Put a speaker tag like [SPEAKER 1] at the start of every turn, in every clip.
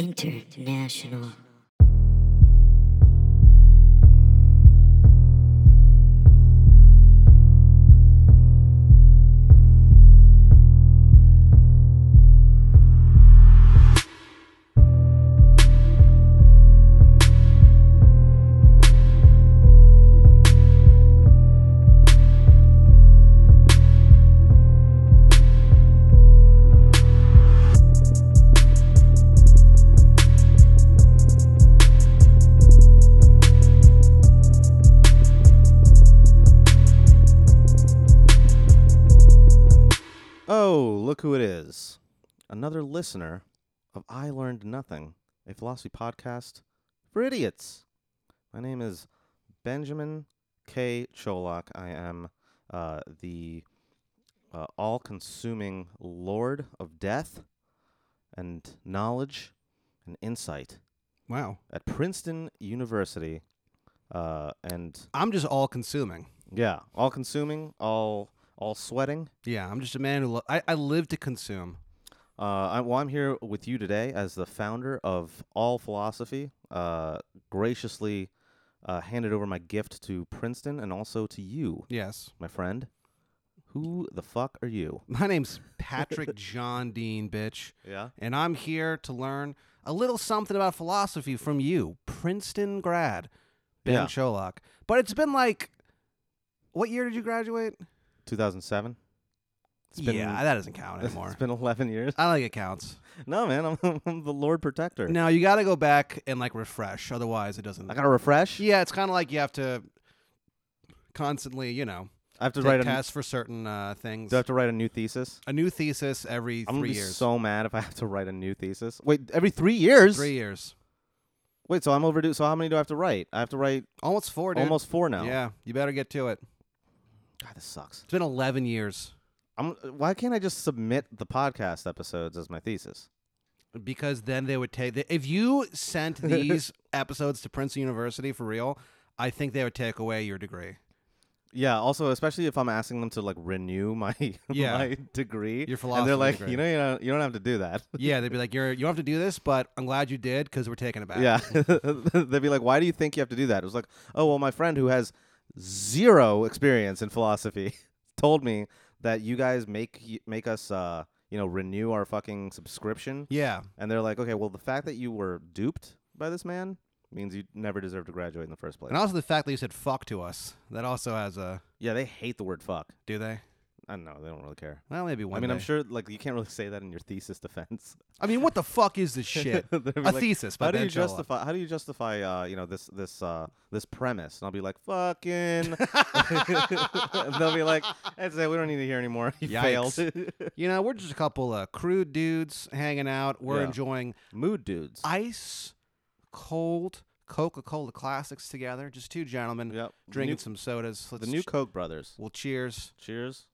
[SPEAKER 1] International.
[SPEAKER 2] Oh, look who it is. Another listener of I Learned Nothing, a philosophy podcast for idiots. My name is Benjamin K. Cholak. I am uh, the uh, all consuming lord of death and knowledge and insight
[SPEAKER 3] Wow.
[SPEAKER 2] at Princeton University. Uh, and
[SPEAKER 3] I'm just all consuming.
[SPEAKER 2] yeah, all consuming, all all sweating.
[SPEAKER 3] Yeah, I'm just a man who lo- I, I live to consume.
[SPEAKER 2] Uh, I, well, I'm here with you today as the founder of All Philosophy. Uh, graciously uh, handed over my gift to Princeton and also to you,
[SPEAKER 3] Yes.
[SPEAKER 2] my friend. Who the fuck are you?
[SPEAKER 3] My name's Patrick John Dean, bitch,
[SPEAKER 2] Yeah.
[SPEAKER 3] and I'm here to learn a little something about philosophy from you, Princeton grad, Ben
[SPEAKER 2] Yeah.
[SPEAKER 3] Sholok. But it's been like, what year did you graduate?
[SPEAKER 2] 2007. It's been-
[SPEAKER 3] yeah, that doesn't count anymore.
[SPEAKER 2] It's been 11 years.
[SPEAKER 3] I don't think it counts.
[SPEAKER 2] No, man, I'm, I'm the Lord Protector.
[SPEAKER 3] No, you got to go back and like refresh. Otherwise, it doesn't.
[SPEAKER 2] I gotta refresh.
[SPEAKER 3] Yeah, it's kind of like you have to constantly, you know,
[SPEAKER 2] I have to
[SPEAKER 3] take
[SPEAKER 2] write a.
[SPEAKER 3] tests for certain uh, things.
[SPEAKER 2] Do I have to write a new thesis?
[SPEAKER 3] a new thesis every
[SPEAKER 2] I'm gonna
[SPEAKER 3] three
[SPEAKER 2] be
[SPEAKER 3] years.
[SPEAKER 2] so mad if I have to write a new thesis. Wait, every three years.
[SPEAKER 3] three years,
[SPEAKER 2] Wait, so I'm overdue. So how many do I have to write? I have to write
[SPEAKER 3] almost four, dude.
[SPEAKER 2] almost four now.
[SPEAKER 3] Yeah, you better get to it.
[SPEAKER 2] God, this sucks.
[SPEAKER 3] It's been eleven years
[SPEAKER 2] I'm, why can't I just submit the podcast episodes as my thesis?
[SPEAKER 3] because then they would take. The, if you sent these episodes to Princeton University for real, I think they would take away your degree,
[SPEAKER 2] Yeah. Also, especially if I'm asking them to like renew my
[SPEAKER 3] Yeah.
[SPEAKER 2] my degree,
[SPEAKER 3] your philosophy.
[SPEAKER 2] and they're like,
[SPEAKER 3] degree.
[SPEAKER 2] you know, you know, you don't have to do that.
[SPEAKER 3] yeah, they'd be like, you're you don't have to do this, but I'm glad you did because we're taking it back.
[SPEAKER 2] yeah. They'd be like, why do you think you have to do that? It was like, oh well, my friend who has zero experience in philosophy told me that you guys make y- make us. uh you know, renew our fucking subscription,
[SPEAKER 3] yeah,
[SPEAKER 2] and they're like, "Okay, well, the fact that you were duped by this man means you never deserved to graduate in the first place."
[SPEAKER 3] and also the fact that you said fuck to us that also has a
[SPEAKER 2] yeah, they hate the word "fuck."
[SPEAKER 3] do they?
[SPEAKER 2] I don't know. They don't really care.
[SPEAKER 3] Well, maybe one.
[SPEAKER 2] I mean, I'm
[SPEAKER 3] day.
[SPEAKER 2] sure like you can't really say that in your thesis defense.
[SPEAKER 3] I mean, what the fuck is this shit?
[SPEAKER 2] They'll be
[SPEAKER 3] a
[SPEAKER 2] like,
[SPEAKER 3] thesis, by
[SPEAKER 2] How do you
[SPEAKER 3] Ben Sholok.
[SPEAKER 2] justify? How do you justify? Uh, you know this this uh, this premise, and I'll be like, fucking. and they'll be like, that's it. We don't need to hear anymore. You failed.
[SPEAKER 3] You know, we're just a couple of crude dudes hanging out. We're
[SPEAKER 2] Yeah.
[SPEAKER 3] enjoying
[SPEAKER 2] Mood dudes.
[SPEAKER 3] ice cold Coca Cola classics together. Just two gentlemen
[SPEAKER 2] yep.
[SPEAKER 3] drinking
[SPEAKER 2] New-
[SPEAKER 3] some sodas. Let's
[SPEAKER 2] the new
[SPEAKER 3] ch-
[SPEAKER 2] Koch brothers.
[SPEAKER 3] well, cheers.
[SPEAKER 2] Cheers.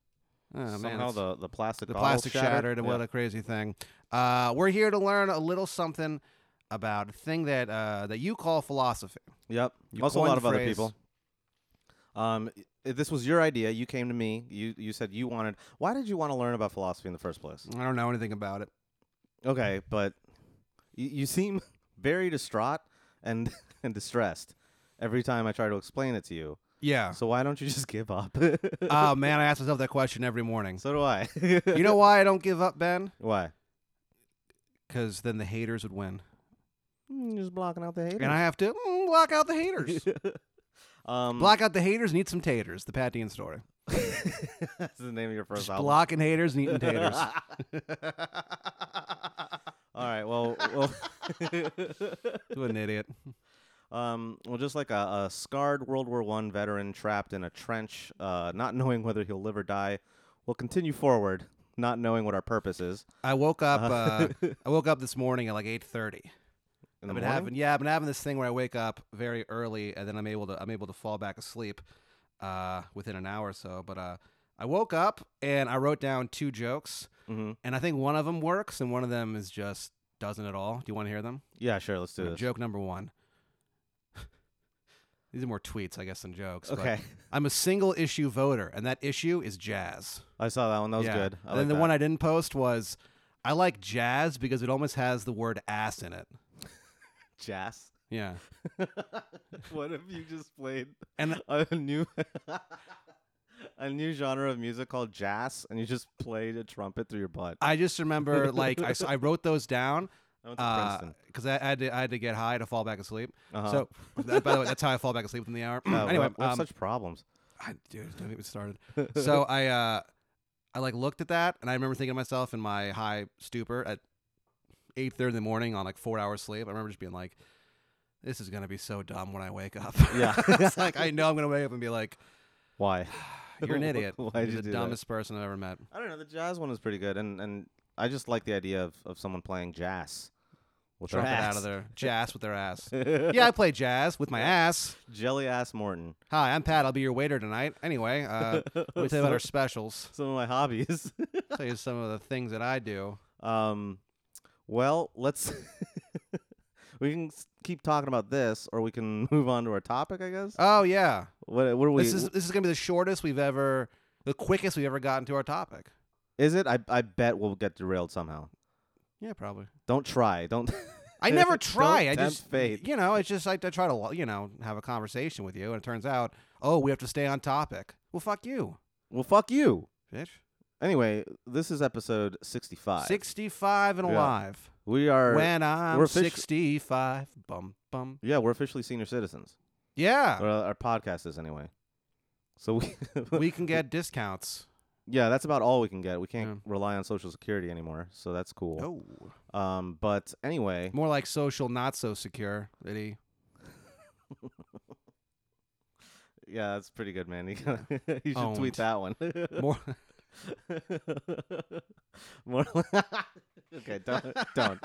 [SPEAKER 3] Oh, man,
[SPEAKER 2] Somehow
[SPEAKER 3] it's-
[SPEAKER 2] the the plastic
[SPEAKER 3] the
[SPEAKER 2] bottle
[SPEAKER 3] plastic shattered, and what
[SPEAKER 2] Yeah.
[SPEAKER 3] a crazy thing. Uh, we're here to learn a little something about a thing that uh, that you call philosophy.
[SPEAKER 2] Yep.
[SPEAKER 3] You
[SPEAKER 2] Also, a
[SPEAKER 3] coined
[SPEAKER 2] lot
[SPEAKER 3] the
[SPEAKER 2] of other
[SPEAKER 3] phrase.
[SPEAKER 2] people. Um, i- this was your idea. You came to me. You you said you wanted. Why did you want to learn about philosophy in the first place?
[SPEAKER 3] I don't know anything about it.
[SPEAKER 2] Okay, but you, you seem very distraught and and distressed every time I try to explain it to you.
[SPEAKER 3] Yeah.
[SPEAKER 2] So why don't you just give up?
[SPEAKER 3] oh man, I ask myself that question every morning.
[SPEAKER 2] so do I.
[SPEAKER 3] You know why I don't give up, Ben?
[SPEAKER 2] why?
[SPEAKER 3] Because then the haters would win,
[SPEAKER 2] Mm, You're just blocking out the haters.
[SPEAKER 3] and I have to mm, block out the haters.
[SPEAKER 2] um,
[SPEAKER 3] Block out the haters and eat some taters. The Pat Dean story.
[SPEAKER 2] That's the name of your first
[SPEAKER 3] Just
[SPEAKER 2] album.
[SPEAKER 3] blocking haters and eating taters.
[SPEAKER 2] All right. Well, well,
[SPEAKER 3] what an idiot.
[SPEAKER 2] um, well, just like a, a scarred World War One veteran trapped in a trench, uh, not knowing whether he'll live or die, we'll continue forward, not knowing what our purpose is.
[SPEAKER 3] I woke up. Uh, I woke up this morning at like eight thirty.
[SPEAKER 2] Uh-huh. In
[SPEAKER 3] I've
[SPEAKER 2] the
[SPEAKER 3] been
[SPEAKER 2] morning?
[SPEAKER 3] having yeah, I've been having this thing where I wake up very early and then I'm able to I'm able to fall back asleep uh, within an hour or so. But uh, I woke up and I wrote down two jokes,
[SPEAKER 2] Mhm.
[SPEAKER 3] and I think one of them works and one of them is just doesn't at all. Do you want to hear them?
[SPEAKER 2] Yeah, sure. Let's do
[SPEAKER 3] Uh,
[SPEAKER 2] this.
[SPEAKER 3] Joke number one. These are more tweets, I guess, than jokes. but-
[SPEAKER 2] Okay,
[SPEAKER 3] I'm a single issue voter, and that issue is jazz.
[SPEAKER 2] I saw that one. That was
[SPEAKER 3] Yeah.
[SPEAKER 2] good. I
[SPEAKER 3] and then
[SPEAKER 2] like
[SPEAKER 3] the
[SPEAKER 2] that.
[SPEAKER 3] one I didn't post was I like jazz because it almost has the word ass in it.
[SPEAKER 2] Jazz.
[SPEAKER 3] Yeah.
[SPEAKER 2] what if you just played
[SPEAKER 3] And-
[SPEAKER 2] a new a new genre of music called jazz, and you just played a trumpet through your butt?
[SPEAKER 3] I just remember like I, s- I wrote those down
[SPEAKER 2] I went to Princeton.
[SPEAKER 3] because I, I, had to, I had to get high to fall back asleep.
[SPEAKER 2] Uh-huh.
[SPEAKER 3] Uh, So, that, by the way, that's how I fall back asleep within the hour.
[SPEAKER 2] Uh, we
[SPEAKER 3] anyway,
[SPEAKER 2] have- we have
[SPEAKER 3] um,
[SPEAKER 2] such problems.
[SPEAKER 3] I, dude, don't get me started. so I, uh, I like looked at that, and I remember thinking to myself in my high stupor at eight thirty in the morning on like four hours sleep. I remember just being like, "This is gonna be so dumb when I wake up."
[SPEAKER 2] Yeah.
[SPEAKER 3] it's like I know I'm gonna wake up and be like,
[SPEAKER 2] Why?
[SPEAKER 3] "You're an idiot.
[SPEAKER 2] Why'd
[SPEAKER 3] You're
[SPEAKER 2] you
[SPEAKER 3] the
[SPEAKER 2] do that?"
[SPEAKER 3] dumbest person I've ever met."
[SPEAKER 2] I don't know. The jazz one was pretty good, and and I just like the idea of, of someone playing jazz. With their
[SPEAKER 3] Trumpet out
[SPEAKER 2] ass.
[SPEAKER 3] of their jazz with their ass. yeah, I play jazz with my ass.
[SPEAKER 2] Jelly ass Morton.
[SPEAKER 3] Hi, I'm Pat. I'll be your waiter tonight. Anyway, uh, let me tell you about our specials.
[SPEAKER 2] Some of my hobbies.
[SPEAKER 3] tell you some of the things that I do.
[SPEAKER 2] Um, well, let's. we can s- keep talking about this, or we can move on to our topic. I guess.
[SPEAKER 3] Oh yeah,
[SPEAKER 2] what What are we?
[SPEAKER 3] this is this is gonna be the shortest we've ever, the quickest we've ever gotten to our topic.
[SPEAKER 2] is it? I I bet we'll get derailed somehow.
[SPEAKER 3] Yeah, probably.
[SPEAKER 2] Don't try. Don't.
[SPEAKER 3] I never
[SPEAKER 2] Don't
[SPEAKER 3] try. I
[SPEAKER 2] tempt
[SPEAKER 3] just,
[SPEAKER 2] fate.
[SPEAKER 3] you know, it's just I, I try to, lo- you know, have a conversation with you, and it turns out, oh, we have to stay on topic. Well, fuck you,
[SPEAKER 2] well, fuck you.
[SPEAKER 3] bitch.
[SPEAKER 2] Anyway, this is episode sixty-five.
[SPEAKER 3] Sixty-five and
[SPEAKER 2] Yeah.
[SPEAKER 3] alive.
[SPEAKER 2] We are.
[SPEAKER 3] when I'm
[SPEAKER 2] we're offici-
[SPEAKER 3] sixty-five, bum bum.
[SPEAKER 2] yeah, we're officially senior citizens.
[SPEAKER 3] Yeah,
[SPEAKER 2] Or uh, our podcast is anyway. So we.
[SPEAKER 3] we can get discounts.
[SPEAKER 2] yeah, that's about all we can get. We can't
[SPEAKER 3] Yeah.
[SPEAKER 2] rely on Social Security anymore, so that's cool.
[SPEAKER 3] Oh,
[SPEAKER 2] Um, but anyway,
[SPEAKER 3] more like social, not so secure. Liddy.
[SPEAKER 2] Yeah, that's pretty good, man. You, gotta- you should
[SPEAKER 3] Owned.
[SPEAKER 2] tweet that one.
[SPEAKER 3] More.
[SPEAKER 2] More. okay, don't don't.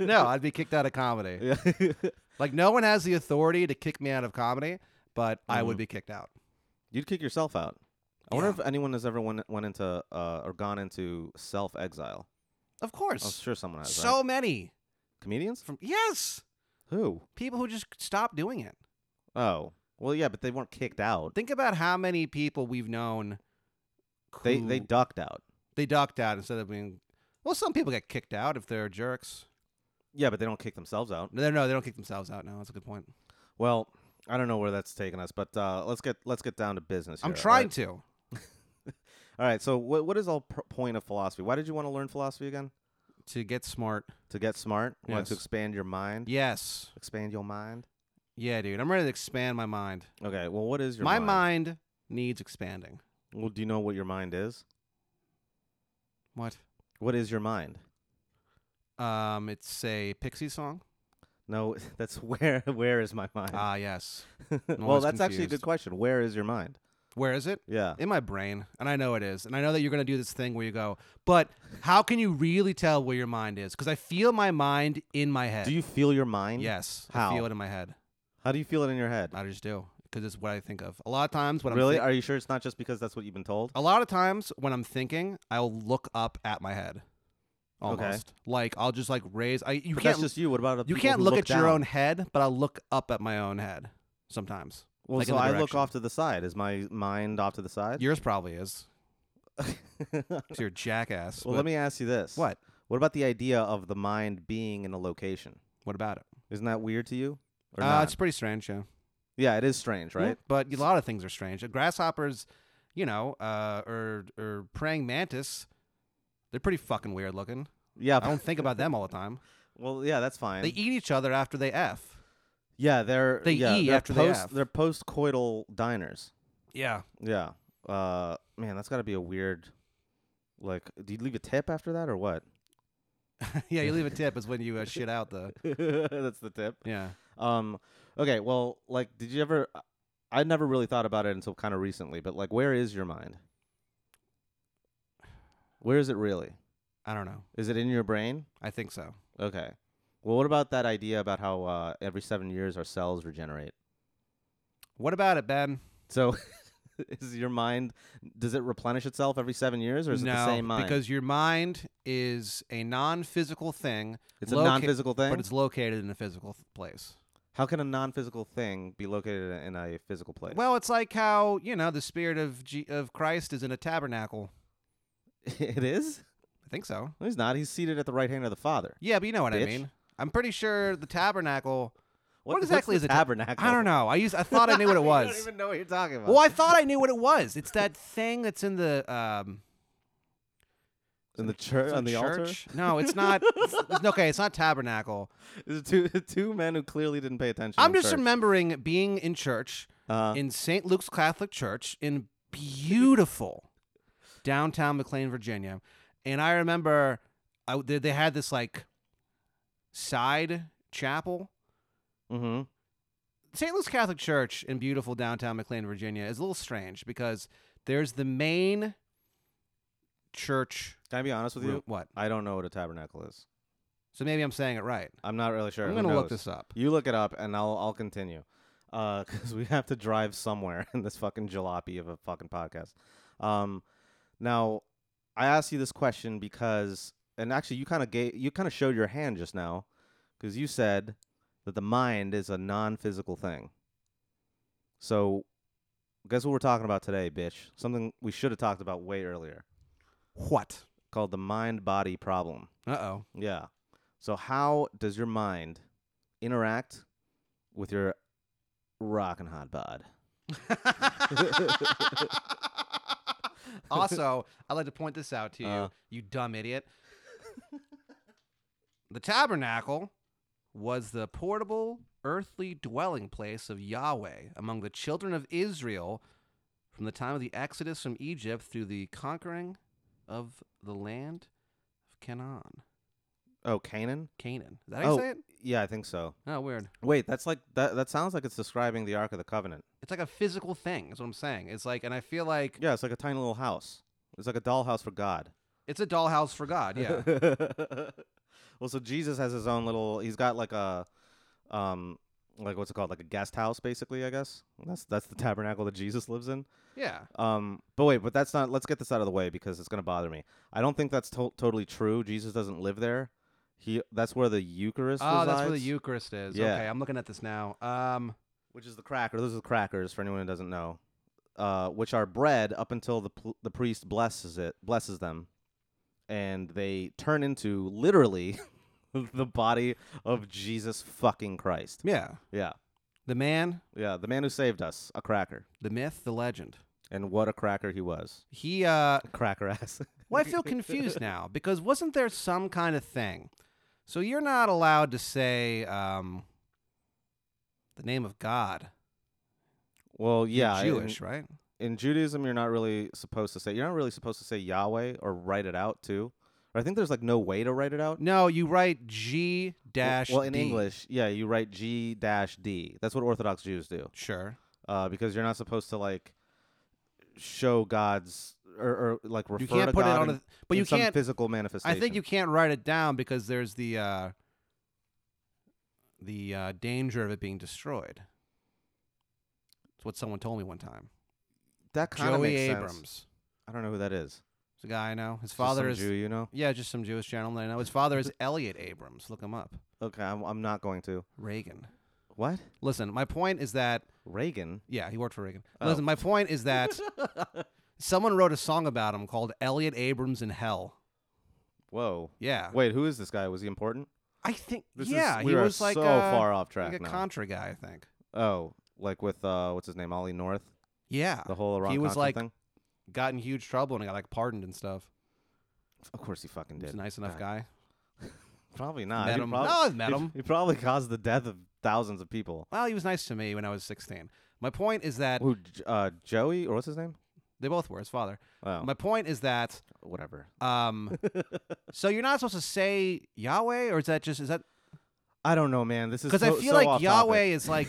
[SPEAKER 3] no, I'd be kicked out of comedy.
[SPEAKER 2] Yeah.
[SPEAKER 3] Like no one has the authority to kick me out of comedy, but I would
[SPEAKER 2] Mhm.
[SPEAKER 3] be kicked out.
[SPEAKER 2] You'd kick yourself out. I wonder
[SPEAKER 3] Yeah.
[SPEAKER 2] if anyone has ever went, went into uh, or gone into self exile.
[SPEAKER 3] Of
[SPEAKER 2] I'm
[SPEAKER 3] course.
[SPEAKER 2] sure someone has.
[SPEAKER 3] so
[SPEAKER 2] right?
[SPEAKER 3] many
[SPEAKER 2] comedians?
[SPEAKER 3] from yes,
[SPEAKER 2] Who?
[SPEAKER 3] people who just stop doing it.
[SPEAKER 2] Oh, well, yeah, but they weren't kicked out.
[SPEAKER 3] Think about how many people we've known
[SPEAKER 2] They
[SPEAKER 3] who-
[SPEAKER 2] they ducked out.
[SPEAKER 3] they ducked out instead of being well, some people get kicked out if they're jerks.
[SPEAKER 2] Yeah, but they don't kick themselves out.
[SPEAKER 3] No, no, they don't kick themselves out. No, that's a good point.
[SPEAKER 2] Well, I don't know where that's taking us, but uh, let's get let's get down to business.
[SPEAKER 3] I'm
[SPEAKER 2] here, all
[SPEAKER 3] trying
[SPEAKER 2] right?
[SPEAKER 3] to.
[SPEAKER 2] All right. So, what what is all pr- point of philosophy? Why did you want to learn philosophy again?
[SPEAKER 3] To get smart.
[SPEAKER 2] To get smart, want to
[SPEAKER 3] Yes.
[SPEAKER 2] expand your mind,
[SPEAKER 3] Yes.
[SPEAKER 2] expand your mind.
[SPEAKER 3] Yeah, dude. I'm ready to expand my mind.
[SPEAKER 2] Okay, well, what is your
[SPEAKER 3] my
[SPEAKER 2] mind?
[SPEAKER 3] mind needs expanding.
[SPEAKER 2] Well, do you know what your mind is?
[SPEAKER 3] What?
[SPEAKER 2] What is your mind?
[SPEAKER 3] Um, it's a Pixie song.
[SPEAKER 2] No, that's where. Where is my mind?
[SPEAKER 3] Ah, yes.
[SPEAKER 2] well,
[SPEAKER 3] always
[SPEAKER 2] that's actually a good
[SPEAKER 3] confused.
[SPEAKER 2] question. Where is your mind?
[SPEAKER 3] Where is it?
[SPEAKER 2] Yeah.
[SPEAKER 3] In my brain. And I know it is. And I know that you're going to do this thing where you go, but how can you really tell where your mind is? Because I feel my mind in my head.
[SPEAKER 2] Do you feel your mind?
[SPEAKER 3] Yes.
[SPEAKER 2] How?
[SPEAKER 3] I feel it in my head.
[SPEAKER 2] How do you feel it in your head?
[SPEAKER 3] I just do. Because it's what I think of. A lot of times when
[SPEAKER 2] Really?
[SPEAKER 3] I'm. thi-
[SPEAKER 2] Are you sure it's not just because that's what you've been told?
[SPEAKER 3] a lot of times when I'm thinking, I'll look up at my head.
[SPEAKER 2] Okay.
[SPEAKER 3] Almost. Like, I'll just like raise. I, you
[SPEAKER 2] But
[SPEAKER 3] can't.
[SPEAKER 2] that's just you. What about other
[SPEAKER 3] you
[SPEAKER 2] people
[SPEAKER 3] can't
[SPEAKER 2] who
[SPEAKER 3] look, at your
[SPEAKER 2] down?
[SPEAKER 3] own head, but I'll look up at my own head sometimes.
[SPEAKER 2] Well,
[SPEAKER 3] like in
[SPEAKER 2] so
[SPEAKER 3] the
[SPEAKER 2] I look
[SPEAKER 3] direction.
[SPEAKER 2] off to the side. Is my mind off to the side?
[SPEAKER 3] Yours probably is.
[SPEAKER 2] well,
[SPEAKER 3] 'cause you're a jackass. but-
[SPEAKER 2] let me ask you this.
[SPEAKER 3] What?
[SPEAKER 2] What about the idea of the mind being in a location?
[SPEAKER 3] What about it?
[SPEAKER 2] Isn't that weird to you? Or
[SPEAKER 3] Uh,
[SPEAKER 2] not?
[SPEAKER 3] it's pretty strange, yeah.
[SPEAKER 2] Yeah, it is strange, right?
[SPEAKER 3] But a lot of things are strange. Grasshoppers, you know, uh, or or praying mantis, they're pretty fucking weird looking.
[SPEAKER 2] Yeah.
[SPEAKER 3] I don't think about them all the time.
[SPEAKER 2] well, yeah, that's fine.
[SPEAKER 3] They eat each other after they f.
[SPEAKER 2] yeah, they're
[SPEAKER 3] they
[SPEAKER 2] yeah,
[SPEAKER 3] E
[SPEAKER 2] they're
[SPEAKER 3] after they
[SPEAKER 2] post,
[SPEAKER 3] F.
[SPEAKER 2] are post-coital diners.
[SPEAKER 3] Yeah.
[SPEAKER 2] Yeah. Uh, man, that's got to be a weird. Like, do you leave a tip after that or what?
[SPEAKER 3] yeah. You leave a tip is when you uh, shit out the.
[SPEAKER 2] that's the tip.
[SPEAKER 3] Yeah.
[SPEAKER 2] Um, okay. Well, like, did you ever? I never really thought about it until kind of recently. But like, where is your mind? Where is it really?
[SPEAKER 3] I don't know.
[SPEAKER 2] Is it in your brain?
[SPEAKER 3] I think so.
[SPEAKER 2] Okay. Well, what about that idea about how uh, every seven years our cells regenerate?
[SPEAKER 3] What about it, Ben?
[SPEAKER 2] So, is your mind? Does it replenish itself every seven years, or is
[SPEAKER 3] no,
[SPEAKER 2] it the same mind?
[SPEAKER 3] because your mind is a non-physical thing,
[SPEAKER 2] it's a
[SPEAKER 3] loca-
[SPEAKER 2] non-physical thing.
[SPEAKER 3] but it's located in a physical th- place.
[SPEAKER 2] how can a non-physical thing be located in a physical place?
[SPEAKER 3] Well, it's like how you know the spirit of G- of Christ is in a tabernacle.
[SPEAKER 2] it is.
[SPEAKER 3] I think so.
[SPEAKER 2] No, he's not. He's seated at the right hand of the Father.
[SPEAKER 3] Yeah, but you know what I
[SPEAKER 2] Bitch.
[SPEAKER 3] mean. I'm pretty sure the tabernacle. What
[SPEAKER 2] what's
[SPEAKER 3] exactly
[SPEAKER 2] the
[SPEAKER 3] is a ta-
[SPEAKER 2] tabernacle?
[SPEAKER 3] I don't know. I used. I thought I knew what it was.
[SPEAKER 2] I don't even know what you're talking about.
[SPEAKER 3] Well, I thought I knew what it was. It's that thing that's in the um
[SPEAKER 2] In the church,
[SPEAKER 3] some
[SPEAKER 2] on the altar,
[SPEAKER 3] church. No, it's not. it's- okay, it's not tabernacle.
[SPEAKER 2] there's two two men who clearly didn't pay attention.
[SPEAKER 3] I'm
[SPEAKER 2] in
[SPEAKER 3] just
[SPEAKER 2] church.
[SPEAKER 3] remembering being in church
[SPEAKER 2] Uh,
[SPEAKER 3] in St. Luke's Catholic Church in beautiful downtown McLean, Virginia, and I remember I, they, they had this like side chapel.
[SPEAKER 2] mhm.
[SPEAKER 3] St. Luke's Catholic Church in beautiful downtown McLean, Virginia, is a little strange because there's the main church.
[SPEAKER 2] Can I be honest with you?
[SPEAKER 3] roo- What?
[SPEAKER 2] I don't know what a tabernacle is.
[SPEAKER 3] So maybe I'm saying it right.
[SPEAKER 2] I'm not really sure.
[SPEAKER 3] I'm
[SPEAKER 2] Who
[SPEAKER 3] gonna look
[SPEAKER 2] knows?
[SPEAKER 3] this up.
[SPEAKER 2] You look it up, and I'll I'll continue, because we have to drive somewhere in this fucking jalopy of a fucking podcast. Um, now, I asked you this question because, and actually, you kind of gave you kind of showed your hand just now, because you said that the mind is a non-physical thing. So, guess what we're talking about today, bitch? Something we should have talked about way earlier,
[SPEAKER 3] What?
[SPEAKER 2] called the mind-body problem.
[SPEAKER 3] Uh oh.
[SPEAKER 2] Yeah. So how does your mind interact with your rockin' hot bod?
[SPEAKER 3] also, I'd like to point this out to you,
[SPEAKER 2] Uh.
[SPEAKER 3] you dumb idiot. the tabernacle was the portable earthly dwelling place of Yahweh among the children of Israel from the time of the exodus from Egypt through the conquering of the land of Canaan.
[SPEAKER 2] Oh, Canaan?
[SPEAKER 3] Canaan. Is that how you
[SPEAKER 2] Oh.
[SPEAKER 3] say it?
[SPEAKER 2] Yeah, I think so.
[SPEAKER 3] Oh, weird.
[SPEAKER 2] Wait, that's like that that sounds like it's describing the Ark of the Covenant.
[SPEAKER 3] It's like a physical thing, is what I'm saying. It's like, and I feel like
[SPEAKER 2] Yeah, it's like a tiny little house. It's like a dollhouse for God.
[SPEAKER 3] it's a dollhouse for God. Yeah.
[SPEAKER 2] well, so Jesus has his own little he's got like a um like what's it called? Like a guest house basically, I guess. That's that's the tabernacle that Jesus lives in.
[SPEAKER 3] yeah.
[SPEAKER 2] Um, but wait, but that's not. Let's get this out of the way because it's gonna bother me. I don't think that's to- totally true. Jesus doesn't live there. He that's where the Eucharist.
[SPEAKER 3] Oh, that's where the
[SPEAKER 2] resides,
[SPEAKER 3] Eucharist is.
[SPEAKER 2] Yeah.
[SPEAKER 3] Okay, I'm looking at this now. Um,
[SPEAKER 2] which is the cracker. Those are the crackers for anyone who doesn't know, uh, which are bread up until the pl- the priest blesses it, blesses them, and they turn into literally the body of Jesus fucking Christ.
[SPEAKER 3] yeah,
[SPEAKER 2] Yeah,
[SPEAKER 3] the man,
[SPEAKER 2] yeah, the man who saved us, a cracker,
[SPEAKER 3] the myth, the legend.
[SPEAKER 2] and what a cracker he was,
[SPEAKER 3] He. Uh,
[SPEAKER 2] cracker ass.
[SPEAKER 3] well, I feel confused now because wasn't there some kind of thing? So you're not allowed to say um, the name of God.
[SPEAKER 2] well,
[SPEAKER 3] You're
[SPEAKER 2] yeah, and-
[SPEAKER 3] Jewish, right?
[SPEAKER 2] in Judaism, you're not really supposed to say you're not really supposed to say Yahweh or write it out too. Or I think there's like no way to write it out.
[SPEAKER 3] No, you write G dash.
[SPEAKER 2] Well, in
[SPEAKER 3] D.
[SPEAKER 2] English, yeah, you write G dash D. That's what Orthodox Jews do,
[SPEAKER 3] sure.
[SPEAKER 2] uh, because you're not supposed to like show God's or, or like refer
[SPEAKER 3] You can't
[SPEAKER 2] to
[SPEAKER 3] put it
[SPEAKER 2] God
[SPEAKER 3] on
[SPEAKER 2] in-
[SPEAKER 3] a. But
[SPEAKER 2] in
[SPEAKER 3] you
[SPEAKER 2] some
[SPEAKER 3] can't.
[SPEAKER 2] physical
[SPEAKER 3] I
[SPEAKER 2] manifestation.
[SPEAKER 3] think you can't write it down because there's the uh, the uh, danger of it being destroyed. It's what someone told me one time.
[SPEAKER 2] that kind of
[SPEAKER 3] Joey
[SPEAKER 2] makes
[SPEAKER 3] Abrams,
[SPEAKER 2] sense. I don't know who that is.
[SPEAKER 3] it's a guy I know. His
[SPEAKER 2] Just
[SPEAKER 3] father
[SPEAKER 2] some
[SPEAKER 3] is
[SPEAKER 2] Jew, you know.
[SPEAKER 3] yeah, just some Jewish gentleman I know. His father is Elliot Abrams. Look him up.
[SPEAKER 2] Okay, I'm, I'm not going to.
[SPEAKER 3] Reagan.
[SPEAKER 2] What
[SPEAKER 3] Listen, my point is that
[SPEAKER 2] Reagan?
[SPEAKER 3] yeah, he worked for Reagan.
[SPEAKER 2] Oh.
[SPEAKER 3] Listen, my point is that someone wrote a song about him called Elliot Abrams in Hell.
[SPEAKER 2] Whoa.
[SPEAKER 3] Yeah,
[SPEAKER 2] Wait, who is this guy? Was he important?
[SPEAKER 3] I think
[SPEAKER 2] This
[SPEAKER 3] Ah. yeah,
[SPEAKER 2] is,
[SPEAKER 3] he
[SPEAKER 2] we are
[SPEAKER 3] was like
[SPEAKER 2] so
[SPEAKER 3] a,
[SPEAKER 2] far off track
[SPEAKER 3] like a
[SPEAKER 2] now.
[SPEAKER 3] Contra guy, I think.
[SPEAKER 2] Oh, like with uh, what's his name, Ollie North,
[SPEAKER 3] Yeah,
[SPEAKER 2] the whole Iran
[SPEAKER 3] was
[SPEAKER 2] Contra
[SPEAKER 3] like-
[SPEAKER 2] thing.
[SPEAKER 3] got in huge trouble and got like pardoned and stuff.
[SPEAKER 2] Of course, he fucking
[SPEAKER 3] He's
[SPEAKER 2] did.
[SPEAKER 3] a nice enough guy.
[SPEAKER 2] Probably not.
[SPEAKER 3] met
[SPEAKER 2] he
[SPEAKER 3] him.
[SPEAKER 2] prob-
[SPEAKER 3] no, I've met
[SPEAKER 2] he-
[SPEAKER 3] him.
[SPEAKER 2] He probably caused the death of thousands of people.
[SPEAKER 3] Well, he was nice to me when I was 16. My point is that
[SPEAKER 2] Who? J- Uh, Joey or what's his name?
[SPEAKER 3] they both were his father.
[SPEAKER 2] Oh,
[SPEAKER 3] My point is that
[SPEAKER 2] whatever.
[SPEAKER 3] um, so you're not supposed to say Yahweh, or is that just is that
[SPEAKER 2] I don't know, man. This is
[SPEAKER 3] because
[SPEAKER 2] because so,
[SPEAKER 3] I feel
[SPEAKER 2] so
[SPEAKER 3] like
[SPEAKER 2] off
[SPEAKER 3] Yahweh
[SPEAKER 2] topic.
[SPEAKER 3] is like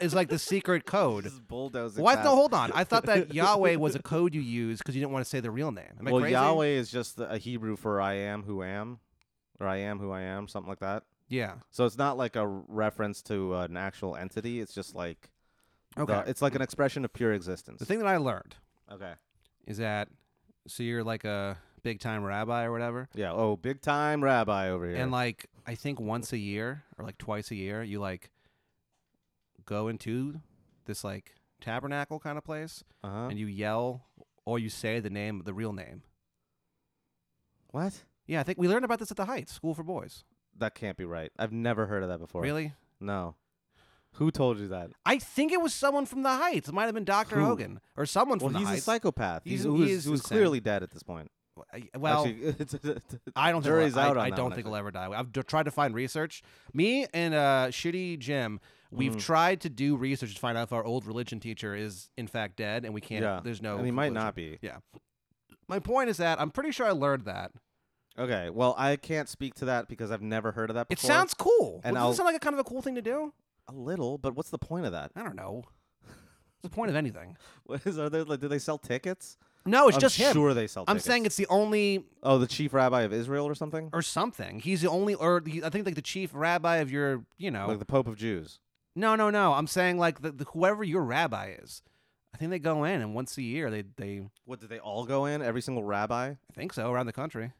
[SPEAKER 3] is like the secret code.
[SPEAKER 2] This is bulldozing.
[SPEAKER 3] What?
[SPEAKER 2] past-
[SPEAKER 3] No, hold on. I thought that Yahweh was a code you used because you didn't want to say the real name. Am I
[SPEAKER 2] well,
[SPEAKER 3] crazy?
[SPEAKER 2] Yahweh is just the- a Hebrew for I am who am, or I am who I am, something like that.
[SPEAKER 3] Yeah.
[SPEAKER 2] So it's not like a reference to uh, an actual entity. It's just like the-
[SPEAKER 3] Okay.
[SPEAKER 2] it's like an expression of pure existence.
[SPEAKER 3] the thing that I learned
[SPEAKER 2] okay.
[SPEAKER 3] is that so you're like a big time rabbi or whatever.
[SPEAKER 2] Yeah. Oh, big time rabbi over here.
[SPEAKER 3] And like I think once a year or like twice a year, you like go into this like tabernacle kind of place
[SPEAKER 2] uh-huh.
[SPEAKER 3] and you yell or you say the name the real name.
[SPEAKER 2] what?
[SPEAKER 3] Yeah, I think we learned about this at the Heights School for Boys.
[SPEAKER 2] That can't be right. I've never heard of that before.
[SPEAKER 3] Really?
[SPEAKER 2] No. Who told you that?
[SPEAKER 3] I think it was someone from the Heights. It might have been Doctor
[SPEAKER 2] Who?
[SPEAKER 3] Hogan or someone
[SPEAKER 2] Well,
[SPEAKER 3] from the
[SPEAKER 2] he's a
[SPEAKER 3] Heights.
[SPEAKER 2] psychopath. He's,
[SPEAKER 3] He's- he
[SPEAKER 2] who's,
[SPEAKER 3] is
[SPEAKER 2] who's
[SPEAKER 3] insane.
[SPEAKER 2] clearly dead at this point.
[SPEAKER 3] well,
[SPEAKER 2] Actually, it's- it's-
[SPEAKER 3] I don't think
[SPEAKER 2] jury's
[SPEAKER 3] I,
[SPEAKER 2] out
[SPEAKER 3] I
[SPEAKER 2] on that
[SPEAKER 3] don't
[SPEAKER 2] one,
[SPEAKER 3] think
[SPEAKER 2] I
[SPEAKER 3] he'll ever die. I've d- tried to find research. Me and uh, shitty Jim, we've
[SPEAKER 2] Mhm.
[SPEAKER 3] tried to do research to find out if our old religion teacher is in fact dead, and we can't.
[SPEAKER 2] Yeah.
[SPEAKER 3] There's no.
[SPEAKER 2] and he might
[SPEAKER 3] conclusion.
[SPEAKER 2] not be.
[SPEAKER 3] My point is that I'm pretty sure I learned that.
[SPEAKER 2] Okay, well, I can't speak to that because I've never heard of that
[SPEAKER 3] It
[SPEAKER 2] before.
[SPEAKER 3] sounds cool.
[SPEAKER 2] And
[SPEAKER 3] doesn't
[SPEAKER 2] I'll-
[SPEAKER 3] it sound like a kind of a cool thing to do?
[SPEAKER 2] a little, but what's the point of that?
[SPEAKER 3] I don't know. What's the point of anything?
[SPEAKER 2] What is are there? Like, do they sell tickets?
[SPEAKER 3] No, it's
[SPEAKER 2] I'm
[SPEAKER 3] just him.
[SPEAKER 2] sure they sell.
[SPEAKER 3] I'm
[SPEAKER 2] tickets.
[SPEAKER 3] saying it's the only
[SPEAKER 2] oh, the chief rabbi of Israel or something,
[SPEAKER 3] or something. He's the only, or the, I think like the chief rabbi of your, you know.
[SPEAKER 2] like the Pope of Jews.
[SPEAKER 3] No, no, no. I'm saying like the, the, whoever your rabbi is. I think they go in and once a year they they I
[SPEAKER 2] What did they all go in? Every single rabbi
[SPEAKER 3] think so around the country.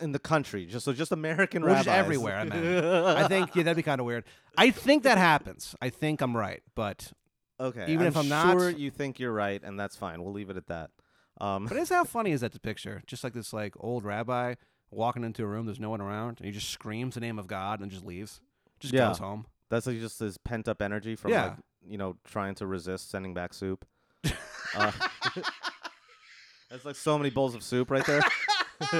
[SPEAKER 2] in the country, just so just American
[SPEAKER 3] Well,
[SPEAKER 2] rabbis
[SPEAKER 3] just everywhere, I meant. I think yeah, that'd be kind of weird. I think that happens. I think I'm right, but
[SPEAKER 2] okay,
[SPEAKER 3] even if I'm not-
[SPEAKER 2] sure you think you're right, and that's fine. We'll leave it at that. Um,
[SPEAKER 3] but it's how funny is that the picture? Just like this like old rabbi walking into a room, there's no one around, and he just screams the name of God and just leaves, just
[SPEAKER 2] Yeah.
[SPEAKER 3] goes home.
[SPEAKER 2] that's like just his pent up energy from
[SPEAKER 3] Yeah.
[SPEAKER 2] like you know trying to resist sending back soup. uh, that's like so many bowls of soup right there.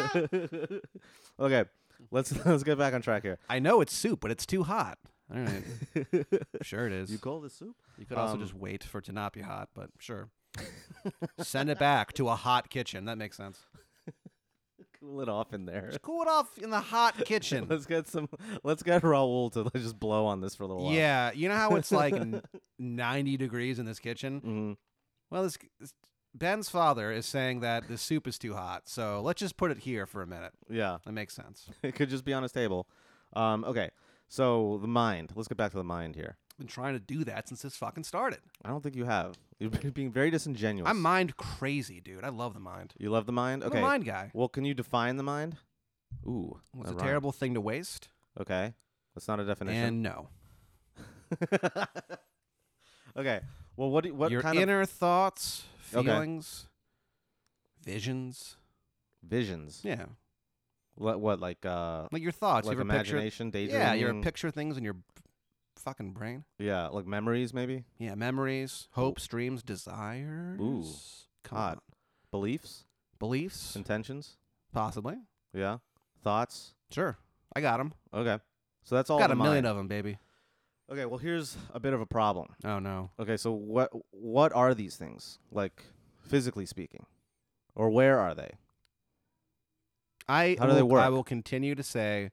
[SPEAKER 2] okay, let's let's get back on track here.
[SPEAKER 3] I know it's soup, but it's too hot. All right, sure it is.
[SPEAKER 2] you
[SPEAKER 3] You,
[SPEAKER 2] call this soup?
[SPEAKER 3] could also
[SPEAKER 2] um,
[SPEAKER 3] just wait for it to not be hot, but sure. Send it back to a hot kitchen. That makes sense.
[SPEAKER 2] Cool it off in there.
[SPEAKER 3] Just cool it off in the hot kitchen.
[SPEAKER 2] Let's get some. Let's get Raul to just blow on this for a little while.
[SPEAKER 3] Yeah, you know how it's like n- 90 degrees in this kitchen?
[SPEAKER 2] Mhm.
[SPEAKER 3] Well, this, this- Ben's father is saying that the soup is too hot, so let's just put it here for a minute.
[SPEAKER 2] Yeah.
[SPEAKER 3] That makes sense.
[SPEAKER 2] It could just be on his table. Um, okay. So the mind. Let's get back to the mind here.
[SPEAKER 3] been trying to do that since this fucking started.
[SPEAKER 2] I don't think you have. You've been being very disingenuous.
[SPEAKER 3] I'm mind crazy, dude. I love the mind.
[SPEAKER 2] You love the mind.
[SPEAKER 3] I'm
[SPEAKER 2] Okay.
[SPEAKER 3] a mind guy.
[SPEAKER 2] Well, can you define the mind? Ooh,
[SPEAKER 3] It's
[SPEAKER 2] that
[SPEAKER 3] a
[SPEAKER 2] rhymed.
[SPEAKER 3] terrible thing to waste.
[SPEAKER 2] Okay, that's not a definition.
[SPEAKER 3] And no.
[SPEAKER 2] okay. Well, what do, what
[SPEAKER 3] Your
[SPEAKER 2] kind
[SPEAKER 3] inner thoughts,
[SPEAKER 2] Okay.
[SPEAKER 3] feelings, visions.
[SPEAKER 2] of visions?
[SPEAKER 3] Yeah.
[SPEAKER 2] What, what like uh,
[SPEAKER 3] Like your thoughts.
[SPEAKER 2] like
[SPEAKER 3] you ever picture.
[SPEAKER 2] imagination, daydreaming?
[SPEAKER 3] Yeah, you ever picture things in your b- fucking brain.
[SPEAKER 2] Yeah, like memories, maybe
[SPEAKER 3] Yeah, memories, hopes, dreams, desires. Come
[SPEAKER 2] hot.
[SPEAKER 3] on.
[SPEAKER 2] beliefs,
[SPEAKER 3] Beliefs,
[SPEAKER 2] intentions.
[SPEAKER 3] possibly.
[SPEAKER 2] Yeah, thoughts.
[SPEAKER 3] Sure. I got them.
[SPEAKER 2] Okay, so that's all.
[SPEAKER 3] got
[SPEAKER 2] the
[SPEAKER 3] a million
[SPEAKER 2] mind.
[SPEAKER 3] of them, baby.
[SPEAKER 2] Okay, well here's a bit of a problem.
[SPEAKER 3] Oh, no.
[SPEAKER 2] Okay, so what what are these things like physically speaking, or where are they?
[SPEAKER 3] I
[SPEAKER 2] How do they
[SPEAKER 3] will- I
[SPEAKER 2] work?
[SPEAKER 3] will continue to say